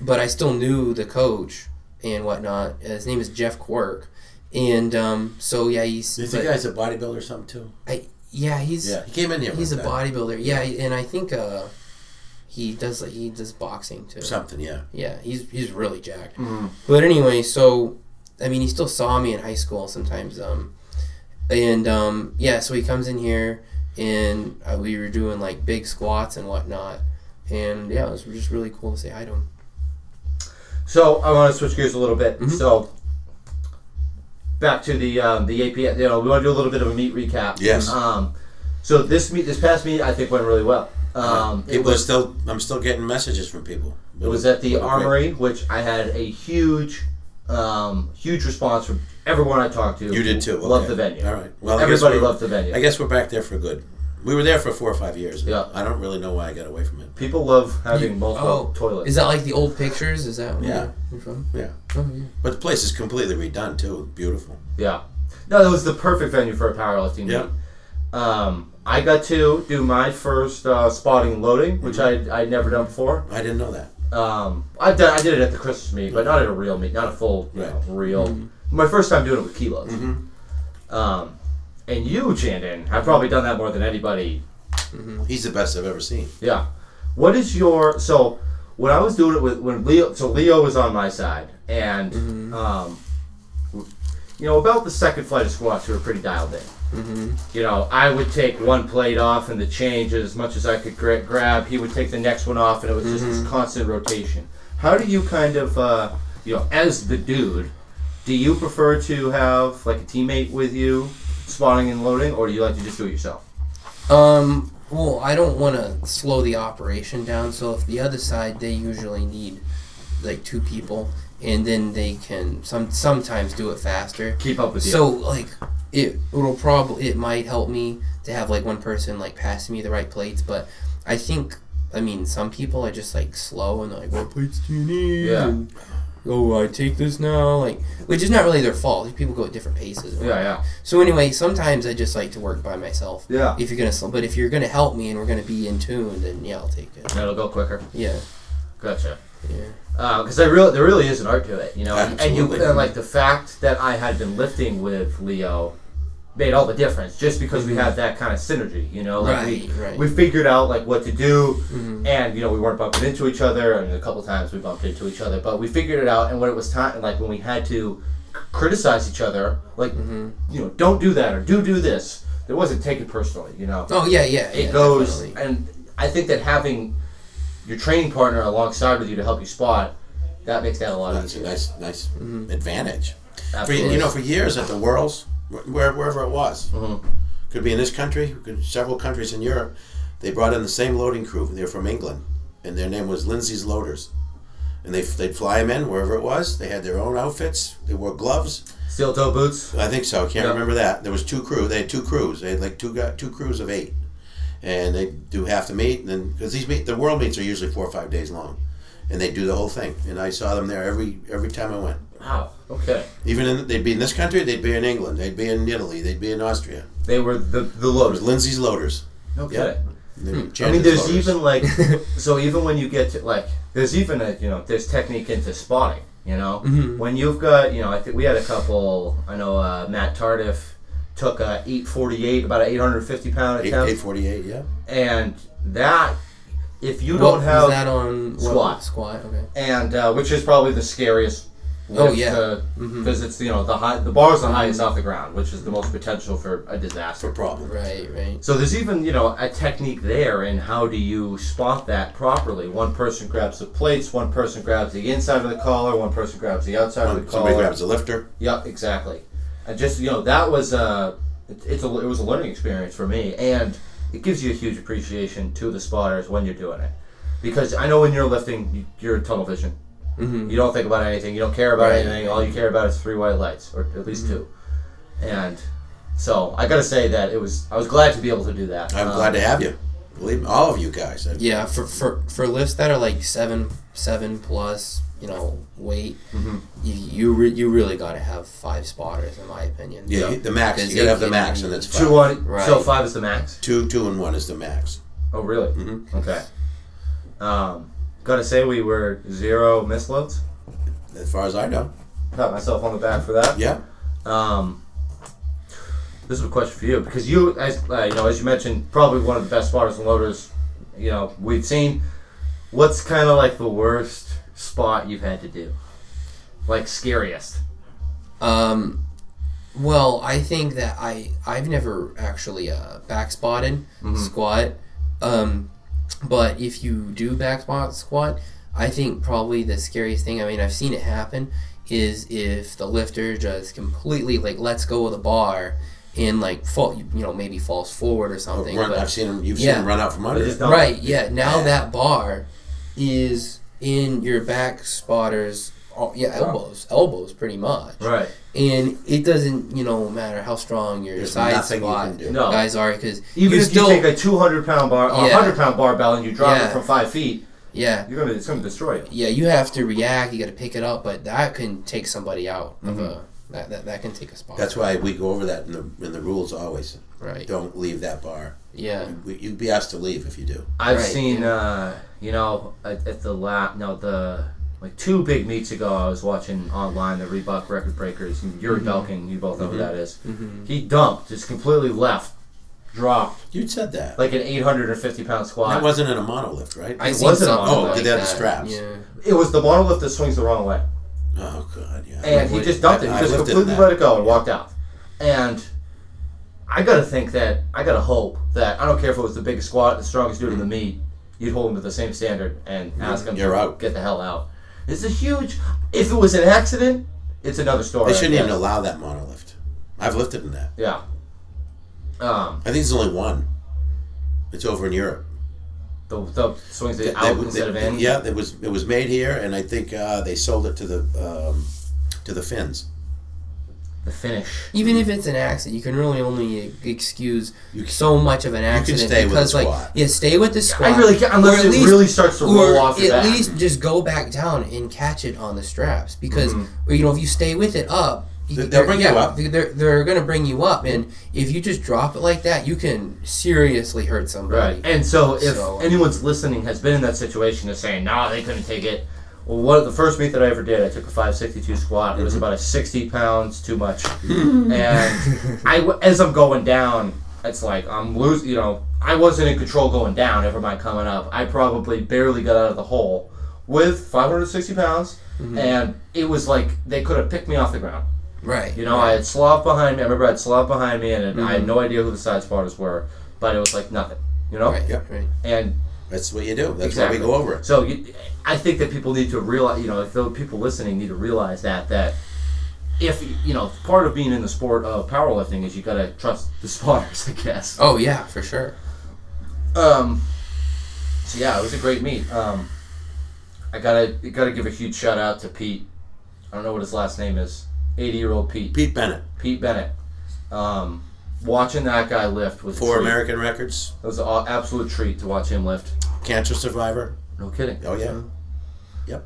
Speaker 4: but I still knew the coach and whatnot. His name is Jeff Quirk, and um, so yeah, he's
Speaker 3: Is the
Speaker 4: but-
Speaker 3: guy's a bodybuilder or something too?
Speaker 4: I, yeah he's
Speaker 3: Yeah, he came in here.
Speaker 4: he's a
Speaker 3: with that.
Speaker 4: bodybuilder. Yeah, and I think uh, he does like he does boxing too.
Speaker 3: Something, yeah.
Speaker 4: Yeah, he's he's really jacked. But anyway, so I mean, he still saw me in high school sometimes. Um, and um, yeah, so he comes in here, and uh, we were doing like big squats and whatnot, and yeah, it was just really cool to say hi to him.
Speaker 2: So I want to switch gears a little bit.
Speaker 4: Mhm.
Speaker 2: So back to the um, the AP. You know, we want to do a little bit of a meet recap.
Speaker 3: Yes.
Speaker 2: Um, so this meet, this past meet, I think went really well. Um, it
Speaker 3: People are
Speaker 2: was
Speaker 3: still. I'm still getting messages from people.
Speaker 2: it was at the
Speaker 3: What a great-
Speaker 2: Armory, which I had a huge, um, huge response from everyone I talked to.
Speaker 3: You did too.
Speaker 2: Loved
Speaker 3: okay.
Speaker 2: the venue.
Speaker 3: All right. Well, I guess
Speaker 2: Everybody
Speaker 3: we-
Speaker 2: loved the venue.
Speaker 3: I guess we're back there for good. We were there for four or five years.
Speaker 2: Yeah.
Speaker 3: I don't really know why I got away from it.
Speaker 2: People love having
Speaker 4: You-
Speaker 2: multiple
Speaker 4: oh,
Speaker 2: toilets.
Speaker 4: Is that like the old pictures? Is that where
Speaker 3: Yeah.
Speaker 4: you're from?
Speaker 3: Yeah.
Speaker 4: Oh yeah.
Speaker 3: But the place is completely redone too. Beautiful.
Speaker 2: Yeah. No, that was the perfect venue for a powerlifting
Speaker 3: Yeah.
Speaker 2: meet. Um, I got to do my first uh, spotting and loading, which I I'd never done before.
Speaker 3: I didn't know that.
Speaker 2: Um, I've done, I did it at the Christmas meet, but not at a real meet, not a full, you know,
Speaker 3: Right.
Speaker 2: real. My first time doing it with kilos. Um, and you, Chandon, I've probably done that more than anybody.
Speaker 3: He's the best I've ever seen.
Speaker 2: Yeah. What is your so? When I was doing it with when Leo, so Leo was on my side, and um, you know about the second flight of squats, we were pretty dialed in. You know, I would take one plate off and the change as much as I could gra- grab. He would take the next one off, and it was just this constant rotation. How do you kind of, uh, you know, as the dude, do you prefer to have like a teammate with you spawning and loading, or do you like to just do it yourself?
Speaker 4: Um, well, I don't want to slow the operation down, so if the other side they usually need like two people, and then they can some sometimes do it faster.
Speaker 2: Keep up with you.
Speaker 4: So like it it'll probably it might help me to have like one person like passing me the right plates, but I think I mean some people are just like slow and they're like what plates do you need?
Speaker 2: Yeah.
Speaker 4: And, oh, I take this now, like which is not really their fault. People go at different paces. and
Speaker 2: yeah, yeah,
Speaker 4: so anyway, sometimes I just like to work by myself.
Speaker 2: Yeah.
Speaker 4: If you're gonna, sl- but if you're gonna help me and we're gonna be in tune, then yeah, I'll take it.
Speaker 2: that'll go quicker.
Speaker 4: Yeah.
Speaker 2: Gotcha.
Speaker 4: Yeah.
Speaker 2: because there really there really is an art to it, you know. And- And
Speaker 3: Absolutely.
Speaker 2: you and like the fact that I had been lifting with Leo made all the difference, just because we had that kind of synergy, you know. Like
Speaker 4: Mm-hmm.
Speaker 2: we
Speaker 4: Right, Mm-hmm. right.
Speaker 2: we figured out like what to do, and you know we weren't bumping into each other, and a couple times we bumped into each other, but we figured it out. And when it was time, like when we had to c- criticize each other, like
Speaker 4: Mm-hmm.
Speaker 2: you know, don't do that or do do this. It wasn't taken personally, you know
Speaker 4: Oh yeah, yeah.
Speaker 2: it
Speaker 4: yeah,
Speaker 2: goes
Speaker 4: definitely.
Speaker 2: and i think that having your training partner alongside with you to help you spot that makes that a lot
Speaker 3: That's a
Speaker 2: easier
Speaker 3: nice, nice advantage. For,
Speaker 2: Absolutely.
Speaker 3: you know, for years at the Worlds, wh- where, wherever it was,
Speaker 2: Mhm.
Speaker 3: could be in this country, could several countries in Europe, they brought in the same loading crew. They're from England, and their name was Lindsay's Loaders. And they, they'd fly them in wherever it was. They had their own outfits. They wore gloves.
Speaker 2: steel toe boots
Speaker 3: I think so. I can't
Speaker 2: Yeah.
Speaker 3: remember that. There was two crew. They had two crews. They had like two gu- two crews of eight, and they do half the meet. And then because these meet, the world meets are usually four or five days long, and they do the whole thing. And I saw them there every every time I went.
Speaker 2: wow okay
Speaker 3: Even in, they'd be in this country, they'd be in England, they'd be in Italy, they'd be in Austria.
Speaker 2: they were the the
Speaker 3: It was
Speaker 2: loaders
Speaker 3: Lindsay's loaders.
Speaker 2: okay
Speaker 3: And they were
Speaker 2: Hmm. i mean
Speaker 3: Chandler's
Speaker 2: there's
Speaker 3: loaders.
Speaker 2: even like so even when you get to like there's even a you know there's technique into spotting you know
Speaker 3: Mm-hmm.
Speaker 2: when you've got you know i think we had a couple i know uh, matt tardiff took a 848 about an 850 pound
Speaker 3: eight
Speaker 2: attempt
Speaker 3: eight forty eight. Yeah,
Speaker 2: and that if you
Speaker 4: What-
Speaker 2: don't have
Speaker 4: was that on what-
Speaker 2: squat.
Speaker 4: Squat. Okay.
Speaker 2: and uh, which is probably the scariest.
Speaker 4: Oh,
Speaker 2: lift,
Speaker 4: yeah.
Speaker 2: uh, because it's you know the high the bar's the highest off the ground, which is the most potential for a
Speaker 3: for
Speaker 2: disaster.
Speaker 3: problem.
Speaker 4: Right. Right.
Speaker 2: So there's even you know a technique there in how do you spot that properly. One person grabs the plates, one person grabs the inside of the collar, one person grabs the outside of the collar.
Speaker 3: Somebody grabs a lifter.
Speaker 2: Yeah, exactly. And just you know, that was uh, it, it's a it was a learning experience for me, and it gives you a huge appreciation to the spotters when you're doing it, because I know when you're lifting, you- you're tunnel vision.
Speaker 3: Mm-hmm.
Speaker 2: You don't think about anything. You don't care about
Speaker 4: Right.
Speaker 2: anything. All you care about is three white lights, or at
Speaker 3: Mm-hmm.
Speaker 2: least two. And so I gotta say that it was I was glad to be able to do that.
Speaker 3: I'm
Speaker 2: Um,
Speaker 3: glad to have you. Believe me, all of you guys. I-
Speaker 4: Yeah. For for for lifts that are like seven seven plus, you know, weight, you you, re- you really gotta have five spotters in my opinion.
Speaker 3: Yeah, the max.
Speaker 4: Because
Speaker 3: You gotta
Speaker 4: they
Speaker 3: have the
Speaker 4: can-
Speaker 3: max, and that's five.
Speaker 2: two on so
Speaker 4: Right.
Speaker 2: five is the max.
Speaker 3: Two, two, and one is the max.
Speaker 2: Oh really? Mm-hmm. Okay. Um, gotta say we were zero misloads.
Speaker 3: As far as I know.
Speaker 2: Pat myself on the back for that.
Speaker 3: Yeah.
Speaker 2: Um, this is a question for you because you, as uh, you know, as you mentioned, probably one of the best spotters and loaders, you know, we've seen. What's kind of like the worst spot you've had to do, like scariest?
Speaker 4: Um, well, I think that I I've never actually uh, back spotted squat, um, but if you do back spot squat, I think probably the scariest thing. I mean, I've seen it happen is if the lifter just completely like lets go of the bar and like fall, you know, maybe falls forward or something.
Speaker 3: Run,
Speaker 4: but-
Speaker 3: I've seen him. You've seen
Speaker 4: Yeah.
Speaker 3: him run out from under.
Speaker 2: But it's
Speaker 3: it.
Speaker 2: not-
Speaker 4: Right. Yeah. Now that bar is in your back spotters. oh, Yeah, elbows, elbows, pretty much
Speaker 2: Right.
Speaker 4: and it doesn't you know matter how strong your
Speaker 3: There's
Speaker 4: side
Speaker 3: nothing you
Speaker 4: squat
Speaker 3: can do.
Speaker 2: No.
Speaker 4: guys are because
Speaker 2: Even
Speaker 4: you
Speaker 2: if
Speaker 4: still
Speaker 2: you take a 200 pound bar or a
Speaker 4: Yeah.
Speaker 2: 100 pound barbell and you drop it
Speaker 4: Yeah.
Speaker 2: from five feet,
Speaker 4: yeah
Speaker 2: you're gonna it's gonna destroy you.
Speaker 4: yeah you have to react you got to pick it up but that can take somebody out of a that, that that can take a spot
Speaker 3: That's why we go over that in the in the rules always.
Speaker 4: right
Speaker 3: Don't leave that bar.
Speaker 4: yeah
Speaker 3: We- You'd be asked to leave if you do.
Speaker 2: I've
Speaker 4: Right,
Speaker 2: seen,
Speaker 4: yeah.
Speaker 2: uh, you know, at, at the lap, no, the like two big meets ago, I was watching online the Reebok Record Breakers. and You're dunking. You both know who that is. He dumped, just completely left, dropped
Speaker 3: You said that.
Speaker 2: like an 850 pound squat.
Speaker 3: that wasn't in a monolift, right?
Speaker 4: I
Speaker 2: It
Speaker 4: seen
Speaker 2: wasn't
Speaker 4: something.
Speaker 2: on-
Speaker 3: Oh,
Speaker 4: like
Speaker 3: did they have
Speaker 4: that.
Speaker 3: the straps?
Speaker 4: Yeah.
Speaker 2: it was the monolith that swings the wrong way.
Speaker 3: oh god, yeah.
Speaker 2: And he
Speaker 4: Wait,
Speaker 2: just dumped it. He
Speaker 3: I
Speaker 2: just
Speaker 3: lifted
Speaker 2: completely
Speaker 3: that.
Speaker 2: let it go and walked out. And I gotta think that I gotta hope that I don't care if it was the biggest squat, the strongest dude in the meet, you'd hold him to the same standard and ask him
Speaker 3: You're
Speaker 2: to
Speaker 3: out.
Speaker 2: get the hell out. It's a huge. If it was an accident, it's another story.
Speaker 3: they
Speaker 2: I
Speaker 3: shouldn't even
Speaker 2: guess.
Speaker 3: allow that monolift. I've lifted in that.
Speaker 2: Yeah. Um,
Speaker 3: I think there's only one. It's over in Europe.
Speaker 2: the, the swings the
Speaker 3: They-
Speaker 2: out
Speaker 3: they-
Speaker 2: instead of in.
Speaker 3: Yeah, it was it was made here, and I think uh, they sold it to the um, to the Finns.
Speaker 2: The finish.
Speaker 4: Even if it's an accident, you can really only excuse
Speaker 3: You can-
Speaker 4: so much of an accident
Speaker 3: stay with
Speaker 4: because,
Speaker 3: the
Speaker 4: like,
Speaker 3: squat.
Speaker 4: yeah, stay with the squat.
Speaker 2: I really can't, unless
Speaker 4: or at
Speaker 2: it
Speaker 4: least-
Speaker 2: really starts to
Speaker 4: or
Speaker 2: roll off your
Speaker 4: at
Speaker 2: back.
Speaker 4: least just go back down and catch it on the straps because
Speaker 2: Mm-hmm.
Speaker 4: or, you know if you stay with it up you-
Speaker 3: They'll
Speaker 4: they're-
Speaker 3: bring you up.
Speaker 4: they're, they're gonna bring you up and if you just drop it like that you can seriously hurt somebody
Speaker 2: Right. And so if
Speaker 4: So- um,
Speaker 2: anyone's listening has been in that situation of saying, nah, they couldn't take it. Well, one of the first meet that I ever did, I took a 562 squat. It was
Speaker 4: Mm-hmm.
Speaker 2: about a 60 pounds too much. and I, w- as I'm going down, it's like I'm losing, you know, I wasn't in control going down, never mind coming up. I probably barely got out of the hole with 560 pounds.
Speaker 4: Mm-hmm.
Speaker 2: And it was like they could have picked me off the ground.
Speaker 4: right
Speaker 2: You know, I had Slav behind me. I remember I had Slav behind me, and I
Speaker 4: Mm-hmm.
Speaker 2: had no idea who the side spotters were, but it was like nothing. You know,
Speaker 4: right
Speaker 3: Yep.
Speaker 4: right
Speaker 2: and
Speaker 3: That's what you do. That's
Speaker 2: exactly.
Speaker 3: why we go over it.
Speaker 2: So you, I think that people need to realize, you know, if the people listening need to realize that that if you know, part of being in the sport of powerlifting is you gotta trust the spotters, I guess.
Speaker 4: oh yeah for sure
Speaker 2: Um, so yeah, it was a great meet. Um, I gotta gotta give a huge shout out to Pete. I don't know what his last name is. Eighty year old Pete.
Speaker 3: Pete Bennett
Speaker 2: Pete Bennett. Um, watching that guy lift was a
Speaker 3: for
Speaker 2: treat.
Speaker 3: American Records,
Speaker 2: It was an a- absolute treat to watch him lift.
Speaker 3: cancer survivor.
Speaker 2: No kidding.
Speaker 3: Oh yeah, yep.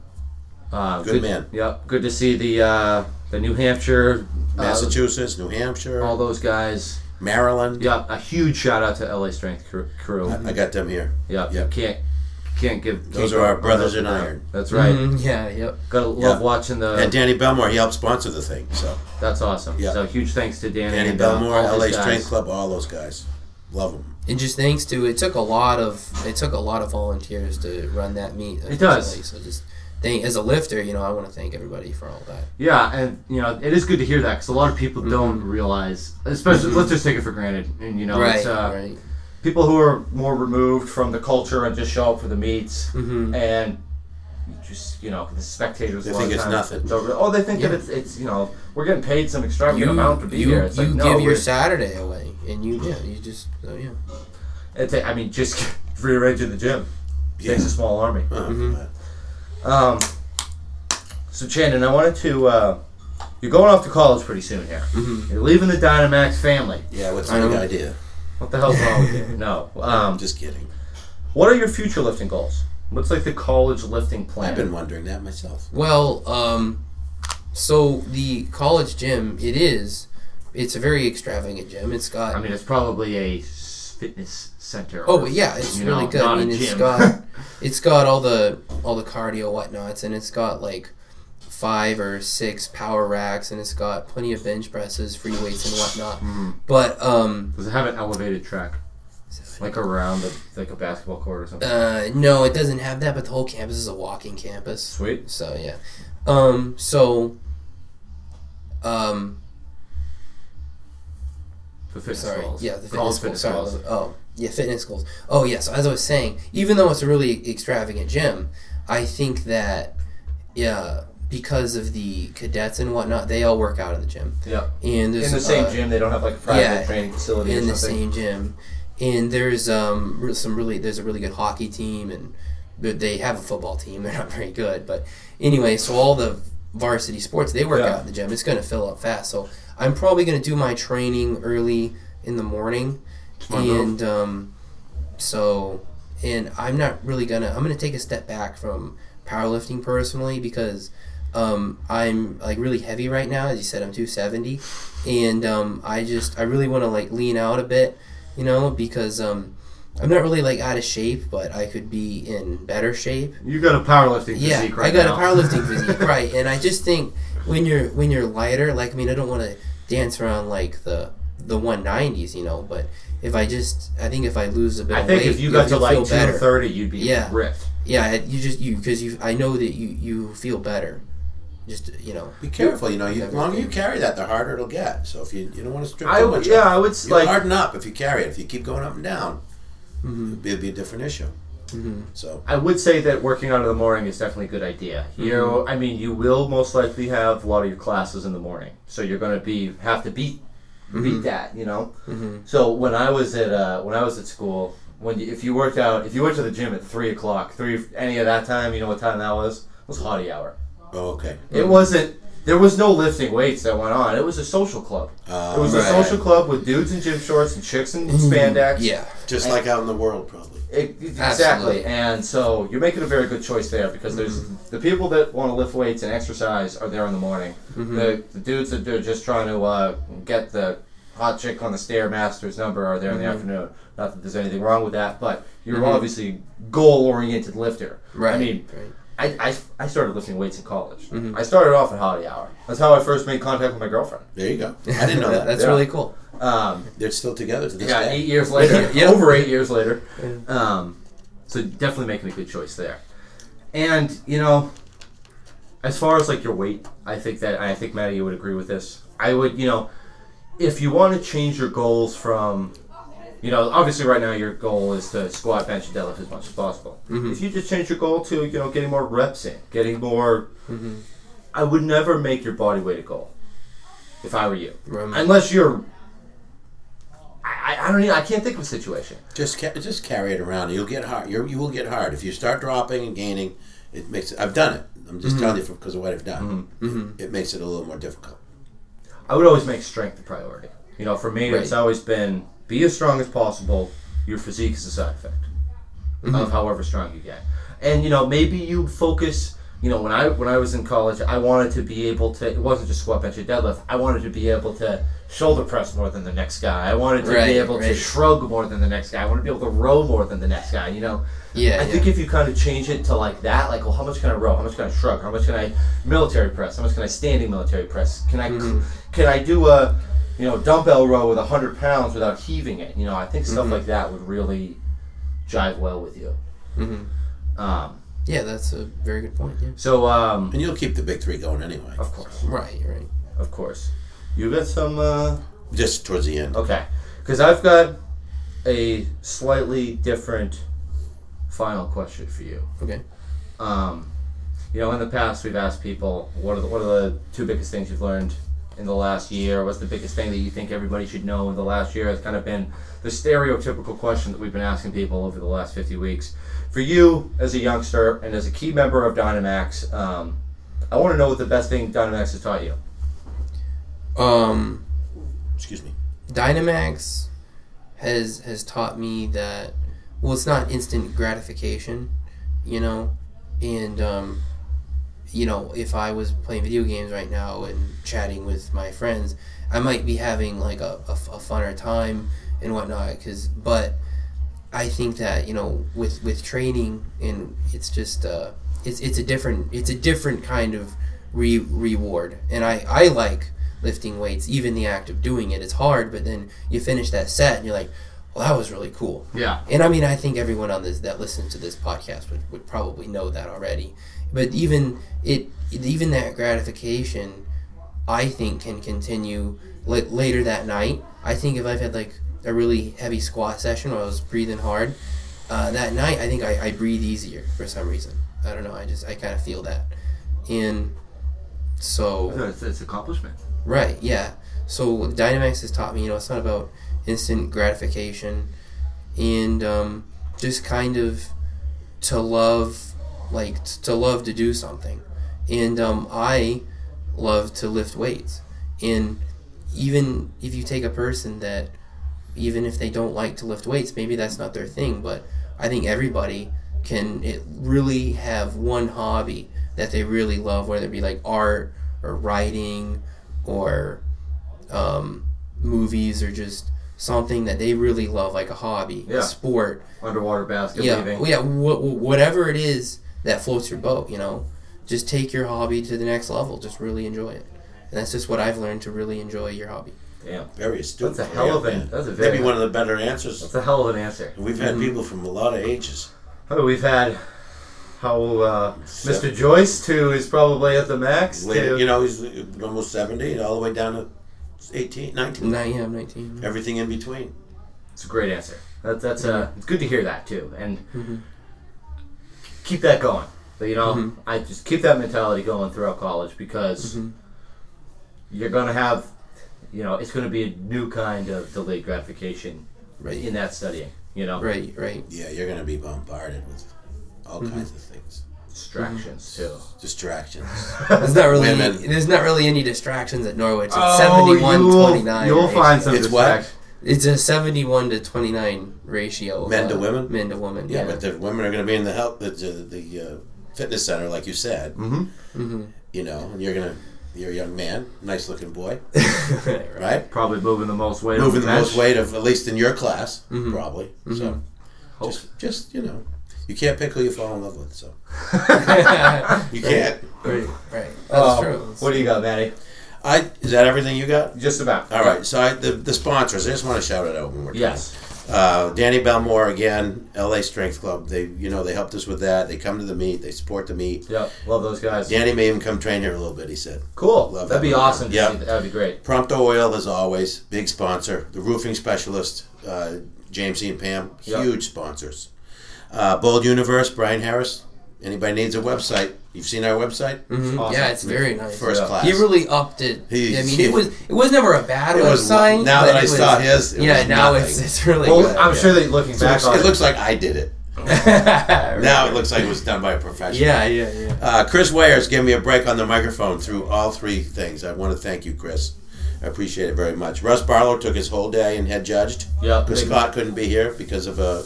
Speaker 2: Uh,
Speaker 3: Good man.
Speaker 2: Yep. Good to see the uh, the New Hampshire, uh,
Speaker 3: Massachusetts, New Hampshire,
Speaker 2: all those guys.
Speaker 3: Maryland.
Speaker 2: Yep. A huge shout out to LA Strength Cr- Crew.
Speaker 3: I I got them here.
Speaker 2: Yep.
Speaker 3: Yep.
Speaker 2: Can't can't give.
Speaker 3: Those
Speaker 2: can't
Speaker 3: are our
Speaker 2: go-
Speaker 3: brothers in iron.
Speaker 2: That's right.
Speaker 4: Mm, yeah yep
Speaker 2: Gotta love
Speaker 3: Yeah.
Speaker 2: watching the.
Speaker 3: And Danny Belmore, he helped sponsor the thing. So
Speaker 2: that's awesome.
Speaker 3: Yeah.
Speaker 2: So huge thanks to Danny,
Speaker 3: Danny
Speaker 2: and, uh,
Speaker 3: Belmore,
Speaker 2: all
Speaker 3: LA
Speaker 2: these guys.
Speaker 3: Strength Club, all those guys, love them.
Speaker 4: and just thanks to it took a lot of it took a lot of volunteers to run that meet
Speaker 2: It does.
Speaker 4: unfortunately. so just thank as a lifter you know I want to thank everybody for all that
Speaker 2: Yeah, and you know it is good to hear that because a lot of
Speaker 4: Mm-hmm.
Speaker 2: people don't realize, especially
Speaker 3: Mm-hmm.
Speaker 2: let's just take it for granted. And you know,
Speaker 4: right
Speaker 2: it's, uh,
Speaker 4: right
Speaker 2: people who are more removed from the culture and just show up for the meets
Speaker 4: Mhm.
Speaker 2: and just you know the spectators.
Speaker 3: They
Speaker 2: a lot
Speaker 3: think
Speaker 2: of
Speaker 3: it's
Speaker 2: times
Speaker 3: nothing.
Speaker 2: don't re- oh, they think
Speaker 4: Yeah.
Speaker 2: that it's it's you know we're getting paid some extravagant amount to be
Speaker 4: you,
Speaker 2: here. It's
Speaker 4: you
Speaker 2: like no,
Speaker 4: give your
Speaker 2: we're-
Speaker 4: Saturday away, and you yeah, you just oh yeah.
Speaker 2: it's a- I mean just rearranging the gym
Speaker 3: Yeah.
Speaker 2: takes a small army.
Speaker 3: Oh, God.
Speaker 2: Um, so Chandon, I wanted to. Uh, you're going off to college pretty soon here.
Speaker 4: Mm-hmm.
Speaker 2: You're leaving the Dynamax family.
Speaker 3: Yeah, what's
Speaker 4: I
Speaker 3: the big
Speaker 4: know.
Speaker 3: idea?
Speaker 2: What the hell's wrong with you? No. Um,
Speaker 3: I'm just kidding.
Speaker 2: what are your future lifting goals? What's like the college lifting plan?
Speaker 3: I've been wondering that myself.
Speaker 4: Well, um, so the college gym, it is, it's a very extravagant gym. It's got
Speaker 2: I mean, it's probably a s- fitness center.
Speaker 4: Oh
Speaker 2: or,
Speaker 4: yeah, it's
Speaker 2: you
Speaker 4: really
Speaker 2: know,
Speaker 4: good.
Speaker 2: not
Speaker 4: I
Speaker 2: a
Speaker 4: mean, it's
Speaker 2: gym.
Speaker 4: got it's got all the all the cardio whatnots, and it's got like five or six power racks, and it's got plenty of bench presses, free weights, and whatnot.
Speaker 2: Hmm.
Speaker 4: But um,
Speaker 2: Does it have an elevated track, like around the, like a basketball court or something?
Speaker 4: uh, no, it doesn't have that. But the whole campus is a walking campus.
Speaker 2: Sweet.
Speaker 4: So yeah. Um so um
Speaker 2: The fitness
Speaker 4: sorry.
Speaker 2: goals.
Speaker 4: Yeah, the
Speaker 2: College
Speaker 4: fitness goals. Sorry, Oh, yeah, fitness goals. Oh, yeah. So as I was saying, even though it's a really extravagant gym, I think that yeah, because of the cadets and whatnot, they all work out in the gym.
Speaker 2: Yeah.
Speaker 4: And there's
Speaker 2: In the same
Speaker 4: uh,
Speaker 2: gym, they don't have like a private
Speaker 4: yeah,
Speaker 2: training facility
Speaker 4: in
Speaker 2: or
Speaker 4: the same
Speaker 2: something.
Speaker 4: gym. And there's um re- some really there's a really good hockey team and th- they have a football team. They're not very good, but anyway, so all the varsity sports they work
Speaker 2: Yeah.
Speaker 4: out in the gym. It's going to fill up fast. So I'm probably going to do my training early in the morning,
Speaker 2: Smart move.
Speaker 4: and um, so and I'm not really gonna I'm gonna take a step back from powerlifting personally because um, I'm like really heavy right now. As you said, I'm 270, and um, I just I really want to like lean out a bit, you know, because um, I'm not really like out of shape, but I could be in better shape.
Speaker 2: You got a powerlifting
Speaker 4: Yeah,
Speaker 2: physique right
Speaker 4: I got
Speaker 2: now.
Speaker 4: a powerlifting physique, right? And I just think when you're when you're lighter, like I mean, I don't want to dance around like the the 190s, you know. But if I just, I think if I lose a bit,
Speaker 2: I
Speaker 4: of
Speaker 2: think
Speaker 4: weight,
Speaker 2: if you got to
Speaker 4: you'll
Speaker 2: like
Speaker 4: feel better.
Speaker 2: 230, you'd be
Speaker 4: Yeah.
Speaker 2: ripped.
Speaker 4: yeah, I- you just you because you, I know that you you feel better. Just you know,
Speaker 3: Be careful, you know. You, the
Speaker 4: Everything.
Speaker 3: longer you carry that, the harder it'll get. So if you you don't want to strip
Speaker 2: I
Speaker 3: too
Speaker 2: would,
Speaker 3: much,
Speaker 2: yeah,
Speaker 3: off.
Speaker 2: I would s-
Speaker 3: you
Speaker 2: like.
Speaker 3: harden up if you carry it. If you keep going up and down,
Speaker 2: Mm-hmm.
Speaker 4: Mhm.
Speaker 3: it'd be, it'd be a different issue. So
Speaker 2: I would say that working out in the morning is definitely a good idea. You
Speaker 4: Mm-hmm.
Speaker 2: know, I mean, you will most likely have a lot of your classes in the morning, so you're going to be have to beat
Speaker 4: Mm-hmm.
Speaker 2: beat that. You know,
Speaker 4: Mhm.
Speaker 2: so when I was at uh, when I was at school, when you, if you worked out, if you went to the gym at three o'clock, three any of that time, you know what time that was? It was hottie hour.
Speaker 3: oh, okay,
Speaker 4: Mm-hmm.
Speaker 2: It wasn't. There was no lifting weights that went on. It was a social club.
Speaker 3: uh,
Speaker 2: It was a
Speaker 4: Right. Mm-hmm.
Speaker 2: social club with dudes in gym shorts and chicks in spandex.
Speaker 4: yeah,
Speaker 3: just like out in the world, probably.
Speaker 2: It, it- exactly,
Speaker 4: Absolutely. Mm-hmm.
Speaker 2: and so you're making a very good choice there because there's the people that want to lift weights and exercise are there in the morning.
Speaker 4: Mm-hmm.
Speaker 2: The, the dudes that are just trying to uh, get the hot chick on the stairmaster's number are there in
Speaker 4: Mm-hmm.
Speaker 2: the afternoon. Not that there's anything wrong with that, but you're obviously goal-oriented lifter.
Speaker 4: right.
Speaker 2: I mean,
Speaker 4: right.
Speaker 2: I, I, I started lifting weights in college.
Speaker 4: Mm-hmm.
Speaker 2: I started off at Holiday Hour. That's how I first made contact with my girlfriend.
Speaker 3: There you go. I didn't know that.
Speaker 4: That's
Speaker 2: yeah.
Speaker 4: really cool.
Speaker 2: Um,
Speaker 3: They're still together to this
Speaker 2: yeah,
Speaker 3: day.
Speaker 2: eight years later,
Speaker 4: Yeah.
Speaker 2: over eight years later. Um, so definitely making a good choice there. And you know, as far as like your weight, I think that I think Maddie you would agree with this. I would, you know, if you want to change your goals from, you know, obviously right now your goal is to squat, bench, and deadlift as much as possible. If you just change your goal to, you know, getting more reps in, getting more, I would never make your body weight a goal. If I were you,
Speaker 4: Rem-
Speaker 2: unless you're I, I- I don't even, I can't think of a situation.
Speaker 3: Just ca- just carry it around. You'll get hard. You're, you will get hard if you start dropping and gaining. It makes it. I've done it. I'm just
Speaker 2: Mm-hmm.
Speaker 3: telling you because of what I've done. It, makes it a little more difficult.
Speaker 2: I would always make strength the priority. You know, for me, it's
Speaker 4: Right.
Speaker 2: always been be as strong as possible. Your physique is a side effect
Speaker 4: Mm-hmm.
Speaker 2: of however strong you get. And you know, maybe you focus. You know, when I when I was in college, I wanted to be able to. It wasn't just squat, bench, and deadlift. I wanted to be able to shoulder press more than the next guy. I wanted to
Speaker 4: Right,
Speaker 2: be able to
Speaker 4: right.
Speaker 2: shrug more than the next guy. I wanted to be able to row more than the next guy. You know,
Speaker 4: Yeah, yeah.
Speaker 2: I think if you kind of change it to like that, like, well, how much can I row? How much can I shrug? How much can I military press? How much can I standing military press? Can I
Speaker 4: Mm-hmm.
Speaker 2: can I do a you know dumbbell row with hundred pounds without heaving it? You know, I think
Speaker 4: Mm-hmm.
Speaker 2: stuff like that would really jive well with you. Um,
Speaker 4: yeah, that's a very good point. Yeah,
Speaker 2: so um,
Speaker 3: And you'll keep the big three going anyway.
Speaker 2: of course,
Speaker 4: right, right.
Speaker 2: of course, you got some uh,
Speaker 3: Just towards the end.
Speaker 2: okay, because I've got a slightly different final question for you.
Speaker 4: Okay.
Speaker 2: um, you know, in the past we've asked people what are the, what are the two biggest things you've learned in the last year? What's the biggest thing that you think everybody should know in the last year? It's kind of been the stereotypical question that we've been asking people over the last 50 weeks. For you, as a youngster and as a key member of Dynamax, um, I want to know what the best thing Dynamax has taught you.
Speaker 4: Um.
Speaker 3: Excuse me.
Speaker 4: Dynamax has has taught me that well, it's not instant gratification, you know, and um, you know, if I was playing video games right now and chatting with my friends, I might be having like a, a, f- a funner time and whatnot. Cause, but I think that you know, with with training and it's just uh, it's it's a different it's a different kind of re- reward, and I I like lifting weights. Even the act of doing it, it's hard, but then you finish that set and you're like, well, that was really cool.
Speaker 2: Yeah.
Speaker 4: And I mean, I think everyone on this that listens to this podcast would, would probably know that already. But even it, even that gratification, I think can continue like later that night. I think if I've had like a really heavy squat session where I was breathing hard, uh, that night I think I, I breathe easier for some reason. I don't know. I just I kind of feel that, and so
Speaker 2: It's, it's accomplishment.
Speaker 4: Right, yeah. So Dynamax has taught me, you know, it's not about instant gratification and um, just kind of to love, like, t- to love to do something. And um, I love to lift weights. And even if you take a person that, even if they don't like to lift weights, maybe that's not their thing, but I think everybody can it really have one hobby that they really love, whether it be like art or writing or um, movies or just something that they really love, like a hobby,
Speaker 2: Yeah.
Speaker 4: a sport.
Speaker 2: Underwater basket
Speaker 4: yeah,
Speaker 2: weaving.
Speaker 4: well, yeah, wh- wh- whatever it is that floats your boat, you know, just take your hobby to the next level. Just really enjoy it. And that's just what I've learned to really enjoy your hobby.
Speaker 2: Damn.
Speaker 3: Very astute.
Speaker 2: That's a hell of an-
Speaker 3: Yeah.
Speaker 2: that's a very-
Speaker 3: Maybe one of the better answers.
Speaker 2: That's a hell of Mm-hmm. an answer.
Speaker 3: We've had people from a lot of ages.
Speaker 2: Oh, we've had how uh, Mr.
Speaker 3: Seven.
Speaker 2: Joyce too is probably at the max.
Speaker 3: Later,
Speaker 2: too.
Speaker 3: you know, he's uh, almost 70, all the way down to 18, 19.
Speaker 4: Now yeah, I'm 19.
Speaker 2: Mm-hmm.
Speaker 3: Everything in between.
Speaker 2: It's a great answer. That, that's uh,
Speaker 3: Mm-hmm.
Speaker 2: it's good to hear that too, and keep that going. But, you know,
Speaker 3: Mm-hmm.
Speaker 2: I just keep that mentality going throughout college because you're gonna have, you know, it's gonna be a new kind of delayed gratification in
Speaker 4: Right,
Speaker 2: that studying. You know,
Speaker 4: right, right.
Speaker 3: Yeah, you're going to be bombarded with all kinds of things.
Speaker 2: distractions
Speaker 3: Mm-hmm.
Speaker 2: too.
Speaker 3: Distractions.
Speaker 4: There's not really,
Speaker 3: Women.
Speaker 4: there's not really any distractions at Norwich. It's
Speaker 3: Oh,
Speaker 4: 71 29.
Speaker 2: Oh, You'll find some
Speaker 3: It's what?
Speaker 2: distractions.
Speaker 4: It's a 71 to 29 ratio. of,
Speaker 3: Men to
Speaker 4: uh,
Speaker 3: women?
Speaker 4: Men to women.
Speaker 3: yeah,
Speaker 4: Yeah.
Speaker 3: but the women are going to be in the help the the, the uh, fitness center, like you said. Mm-hmm. Mm-hmm. You know, and you're going to you're a young man, nice looking boy, right?
Speaker 2: Probably moving the most weight. on
Speaker 3: Moving the Mm-hmm. most
Speaker 2: bench.
Speaker 3: weight of at least in your class, probably. So
Speaker 2: Hope-
Speaker 3: just just you know, you can't pick who you fall in love with. So you can't.
Speaker 4: right, right. That's
Speaker 3: Uh,
Speaker 2: Oh,
Speaker 4: true.
Speaker 2: What do you got, Matty?
Speaker 3: I is that everything you got?
Speaker 2: Just about.
Speaker 3: All right. So I, the the sponsors. I just want to shout it out one more time.
Speaker 2: Yes.
Speaker 3: Uh, Danny Belmore again, LA Strength Club. They you know they helped us with that. They come to the meet. They support the meet.
Speaker 2: Yep. Love those guys.
Speaker 3: Danny may even come train here a little bit. He said.
Speaker 2: Cool.
Speaker 3: Love
Speaker 2: That'd
Speaker 3: that
Speaker 2: be
Speaker 3: movie.
Speaker 2: awesome. to
Speaker 3: Yeah.
Speaker 2: see. That'd be great.
Speaker 3: Prompto Oil, as always, big sponsor. The roofing specialist, uh, James C. and Pam,
Speaker 2: Yep.
Speaker 3: huge sponsors. Uh, Bold Universe, Brian Harris. Anybody needs a website? You've seen our website,
Speaker 4: Mhm.
Speaker 2: Awesome.
Speaker 4: Yeah, it's very nice.
Speaker 3: first
Speaker 2: Yeah.
Speaker 3: class.
Speaker 4: He really upped it.
Speaker 3: He-
Speaker 4: I mean,
Speaker 3: he-
Speaker 4: it was it was never a bad
Speaker 3: It was-
Speaker 4: website.
Speaker 3: now
Speaker 4: but
Speaker 3: that I
Speaker 4: it was-
Speaker 3: saw his, it
Speaker 4: yeah,
Speaker 3: was
Speaker 4: now
Speaker 3: nothing.
Speaker 4: it's it's really
Speaker 2: Well,
Speaker 4: good.
Speaker 2: I'm
Speaker 3: yeah.
Speaker 2: sure that looking
Speaker 3: it,
Speaker 2: back
Speaker 3: looks,
Speaker 2: on
Speaker 3: it looks like I did it.
Speaker 4: Right.
Speaker 3: Now it looks like it was done by a professional.
Speaker 4: yeah, yeah, yeah.
Speaker 3: Uh, Chris Weyers gave me a break on the microphone through all three things. I want to thank you, Chris. I appreciate it very much. Russ Barlow took his whole day and head judged.
Speaker 2: Yeah,
Speaker 3: Because
Speaker 2: big-
Speaker 3: Scott couldn't be here because of a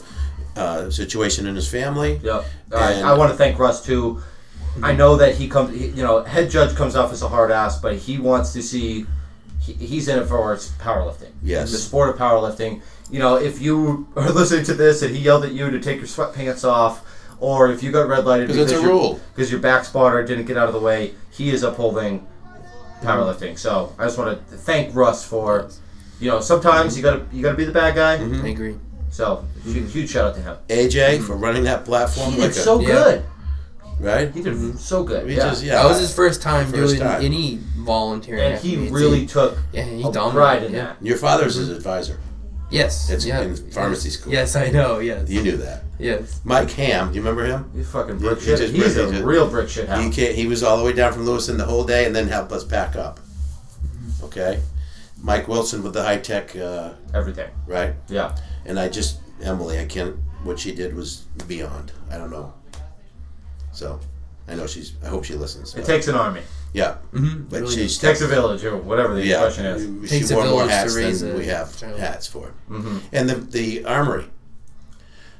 Speaker 3: uh, situation in his family.
Speaker 2: Yep. All right.
Speaker 3: And- Mm-hmm.
Speaker 2: I want to thank Russ too. I know that he comes. he- You know, head judge comes off as a hard ass, but he wants to see. He, he's in it for his powerlifting.
Speaker 3: Yes.
Speaker 2: The sport of powerlifting. You know, if you are listening to this and he yelled at you to take your sweatpants off, or if you got red lighted
Speaker 3: 'Cause it's a
Speaker 2: your-
Speaker 3: rule.
Speaker 2: because your back spotter didn't get out of the way, he is upholding
Speaker 3: Mm-hmm.
Speaker 2: powerlifting. So I just want to thank Russ for. You know, sometimes you gotta you gotta be the bad guy.
Speaker 3: Mm-hmm.
Speaker 4: I agree.
Speaker 2: So hu- huge shout out to him.
Speaker 3: AJ for running that platform.
Speaker 2: He
Speaker 3: like
Speaker 2: did
Speaker 3: a-
Speaker 2: so
Speaker 4: Yeah.
Speaker 2: good.
Speaker 3: right?
Speaker 2: He did so good.
Speaker 3: He
Speaker 2: yeah.
Speaker 3: just-
Speaker 4: that was his first time
Speaker 3: First
Speaker 4: doing
Speaker 3: time.
Speaker 4: any volunteering.
Speaker 2: and he
Speaker 4: activities.
Speaker 2: really took
Speaker 4: yeah, he
Speaker 2: a
Speaker 4: dominated,
Speaker 2: pride in
Speaker 4: yeah.
Speaker 2: that.
Speaker 3: Your father's his advisor.
Speaker 4: yes,
Speaker 3: It's
Speaker 4: Mm-hmm. yeah.
Speaker 3: in pharmacy school.
Speaker 4: Yes, I know. Yes,
Speaker 3: You knew that.
Speaker 4: yes.
Speaker 3: Mike Ham, do you remember him?
Speaker 2: He's fucking brick
Speaker 3: He- he
Speaker 2: shit.
Speaker 3: just-
Speaker 2: He's
Speaker 3: he
Speaker 2: a
Speaker 3: just-
Speaker 2: real brick shit
Speaker 3: He
Speaker 2: house.
Speaker 3: ca he was all the way down from Lewiston the whole day and then helped us back up.
Speaker 4: Mm-hmm.
Speaker 3: Okay? Mike Wilson with the high tech, uh,
Speaker 2: Everything.
Speaker 3: right?
Speaker 2: Yeah.
Speaker 3: And I just, Emily, I can't, what she did was beyond. I don't know. So, I know she's, I hope she listens.
Speaker 2: It
Speaker 3: but-
Speaker 2: takes an army.
Speaker 3: yeah.
Speaker 4: Mhm,
Speaker 3: But
Speaker 4: really
Speaker 3: she's
Speaker 2: It takes a village or whatever the
Speaker 3: yeah, Mm-hmm.
Speaker 2: expression is.
Speaker 3: she
Speaker 4: Takes a
Speaker 3: wore more
Speaker 4: village to
Speaker 3: hats
Speaker 4: raise
Speaker 3: than
Speaker 4: a
Speaker 3: we have
Speaker 4: child.
Speaker 3: hats for. Mm-hmm. And the the armory,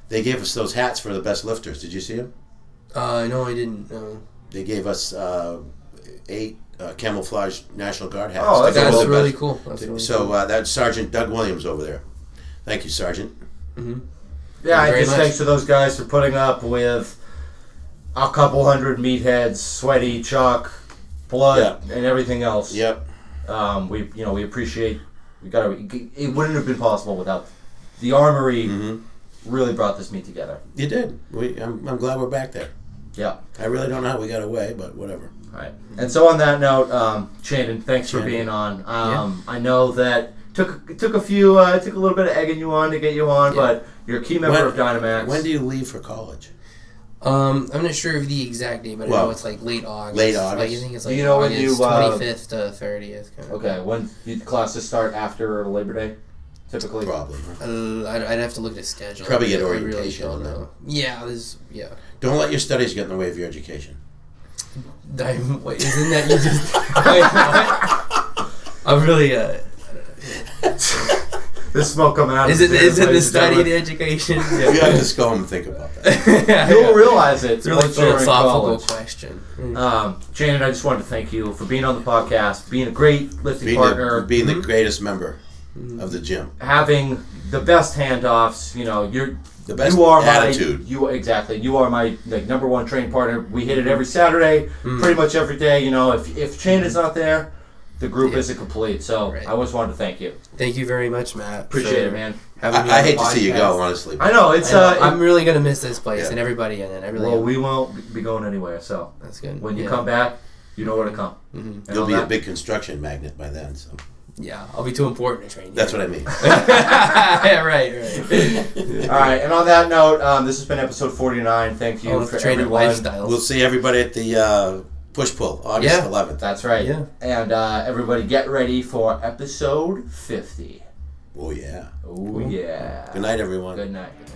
Speaker 3: they gave us those hats for the best lifters. Did you see them?
Speaker 4: Uh, no, I didn't. No.
Speaker 3: They gave us uh, eight uh, camouflage National Guard hats.
Speaker 2: Oh,
Speaker 3: to
Speaker 2: that's
Speaker 3: go
Speaker 4: That's
Speaker 3: with the
Speaker 4: really
Speaker 3: best-
Speaker 4: cool. That's really
Speaker 3: So uh, that's Sergeant Doug Williams over there. Thank you, Sergeant.
Speaker 2: Yeah, I
Speaker 4: Very
Speaker 2: just
Speaker 4: much.
Speaker 2: thanks to those guys for putting up with a couple hundred meatheads, sweaty chalk, blood, and everything else.
Speaker 3: Yep.
Speaker 2: Um, we you know we appreciate. We got to. It wouldn't have been possible without the armory.
Speaker 3: Mm-hmm.
Speaker 2: Really brought this meet together.
Speaker 3: You did. We, I'm, I'm glad we're back there.
Speaker 2: Yeah.
Speaker 3: I really don't know how we got away, but whatever.
Speaker 2: Right. And so on that note, um, Shannon, thanks for
Speaker 3: Shannon.
Speaker 2: being on. Um, I know that took it took a few uh, it took a little bit of egging you on to get you on, but you're a key member of Dynamax.
Speaker 3: when do you leave for college?
Speaker 4: cool. Um, I'm not sure of the exact date, but I
Speaker 3: Well,
Speaker 4: know it's like late August.
Speaker 3: late
Speaker 4: Like, I
Speaker 3: August.
Speaker 4: think it's
Speaker 2: Do
Speaker 4: like
Speaker 2: you know when
Speaker 4: August
Speaker 2: you, uh,
Speaker 4: 25th to 30th. Kind of.
Speaker 2: okay, when do classes start after Labor Day, typically.
Speaker 3: Probably.
Speaker 4: Uh, I'd, I'd have to look at his schedule.
Speaker 3: Probably get
Speaker 4: I
Speaker 3: orientation
Speaker 4: don't
Speaker 3: on that.
Speaker 4: know. Yeah, this. Yeah.
Speaker 3: Don't let your studies get in the way of your education.
Speaker 4: Dime, wait, isn't that you just? wait, what? I'm really. Uh,
Speaker 2: This smoke coming out.
Speaker 4: is
Speaker 2: of
Speaker 4: it is it the
Speaker 2: ladies and
Speaker 4: study the
Speaker 2: gentlemen.
Speaker 4: education?
Speaker 3: You have to go home and think about that.
Speaker 2: You'll realize it.
Speaker 4: It's a really
Speaker 2: once you're in
Speaker 4: philosophical
Speaker 2: college.
Speaker 4: question.
Speaker 2: Um, Shannon, I just wanted to thank you for being on the podcast, being a great lifting
Speaker 3: Being,
Speaker 2: partner.
Speaker 3: Mm-hmm. the, being the greatest member. of the gym.
Speaker 2: having the best handoffs. You know, you're
Speaker 3: The best
Speaker 2: you are
Speaker 3: attitude.
Speaker 2: My, you exactly. You are my like number one train partner. We hit it every Saturday,
Speaker 4: Hmm.
Speaker 2: pretty much every day. You know, if if Chan is not there, the group isn't complete. So
Speaker 4: Right.
Speaker 2: I always wanted to thank you.
Speaker 4: Thank you very much, Matt.
Speaker 2: Appreciate
Speaker 4: for
Speaker 2: it, man.
Speaker 4: having me
Speaker 3: I, I
Speaker 4: on the
Speaker 3: hate to see you go,
Speaker 4: podcast.
Speaker 3: honestly.
Speaker 2: I know it's
Speaker 4: I know,
Speaker 2: uh.
Speaker 4: I'm really gonna miss this place
Speaker 3: Yeah.
Speaker 4: and everybody in it. I really.
Speaker 2: well,
Speaker 4: am.
Speaker 2: we won't be going anywhere. So
Speaker 4: That's good.
Speaker 2: when you
Speaker 4: Yeah. Mm-hmm.
Speaker 2: come back, you know where to come. And
Speaker 3: You'll
Speaker 2: on
Speaker 3: be a
Speaker 2: that-
Speaker 3: big construction magnet by then. So
Speaker 4: yeah, I'll be too important to train.
Speaker 3: that's what I mean.
Speaker 4: yeah, right, right.
Speaker 2: All right, and on that note, um, this has been episode 49. Thank you
Speaker 4: Oh,
Speaker 2: for
Speaker 4: training
Speaker 2: everyone.
Speaker 4: lifestyle.
Speaker 3: we'll see everybody at the uh, push pull August
Speaker 4: Yeah.
Speaker 3: 11th.
Speaker 2: That's right.
Speaker 4: Yeah.
Speaker 2: And uh, everybody get ready for episode 50.
Speaker 3: Oh yeah.
Speaker 2: Oh, yeah.
Speaker 3: Good night, everyone.
Speaker 2: Good night.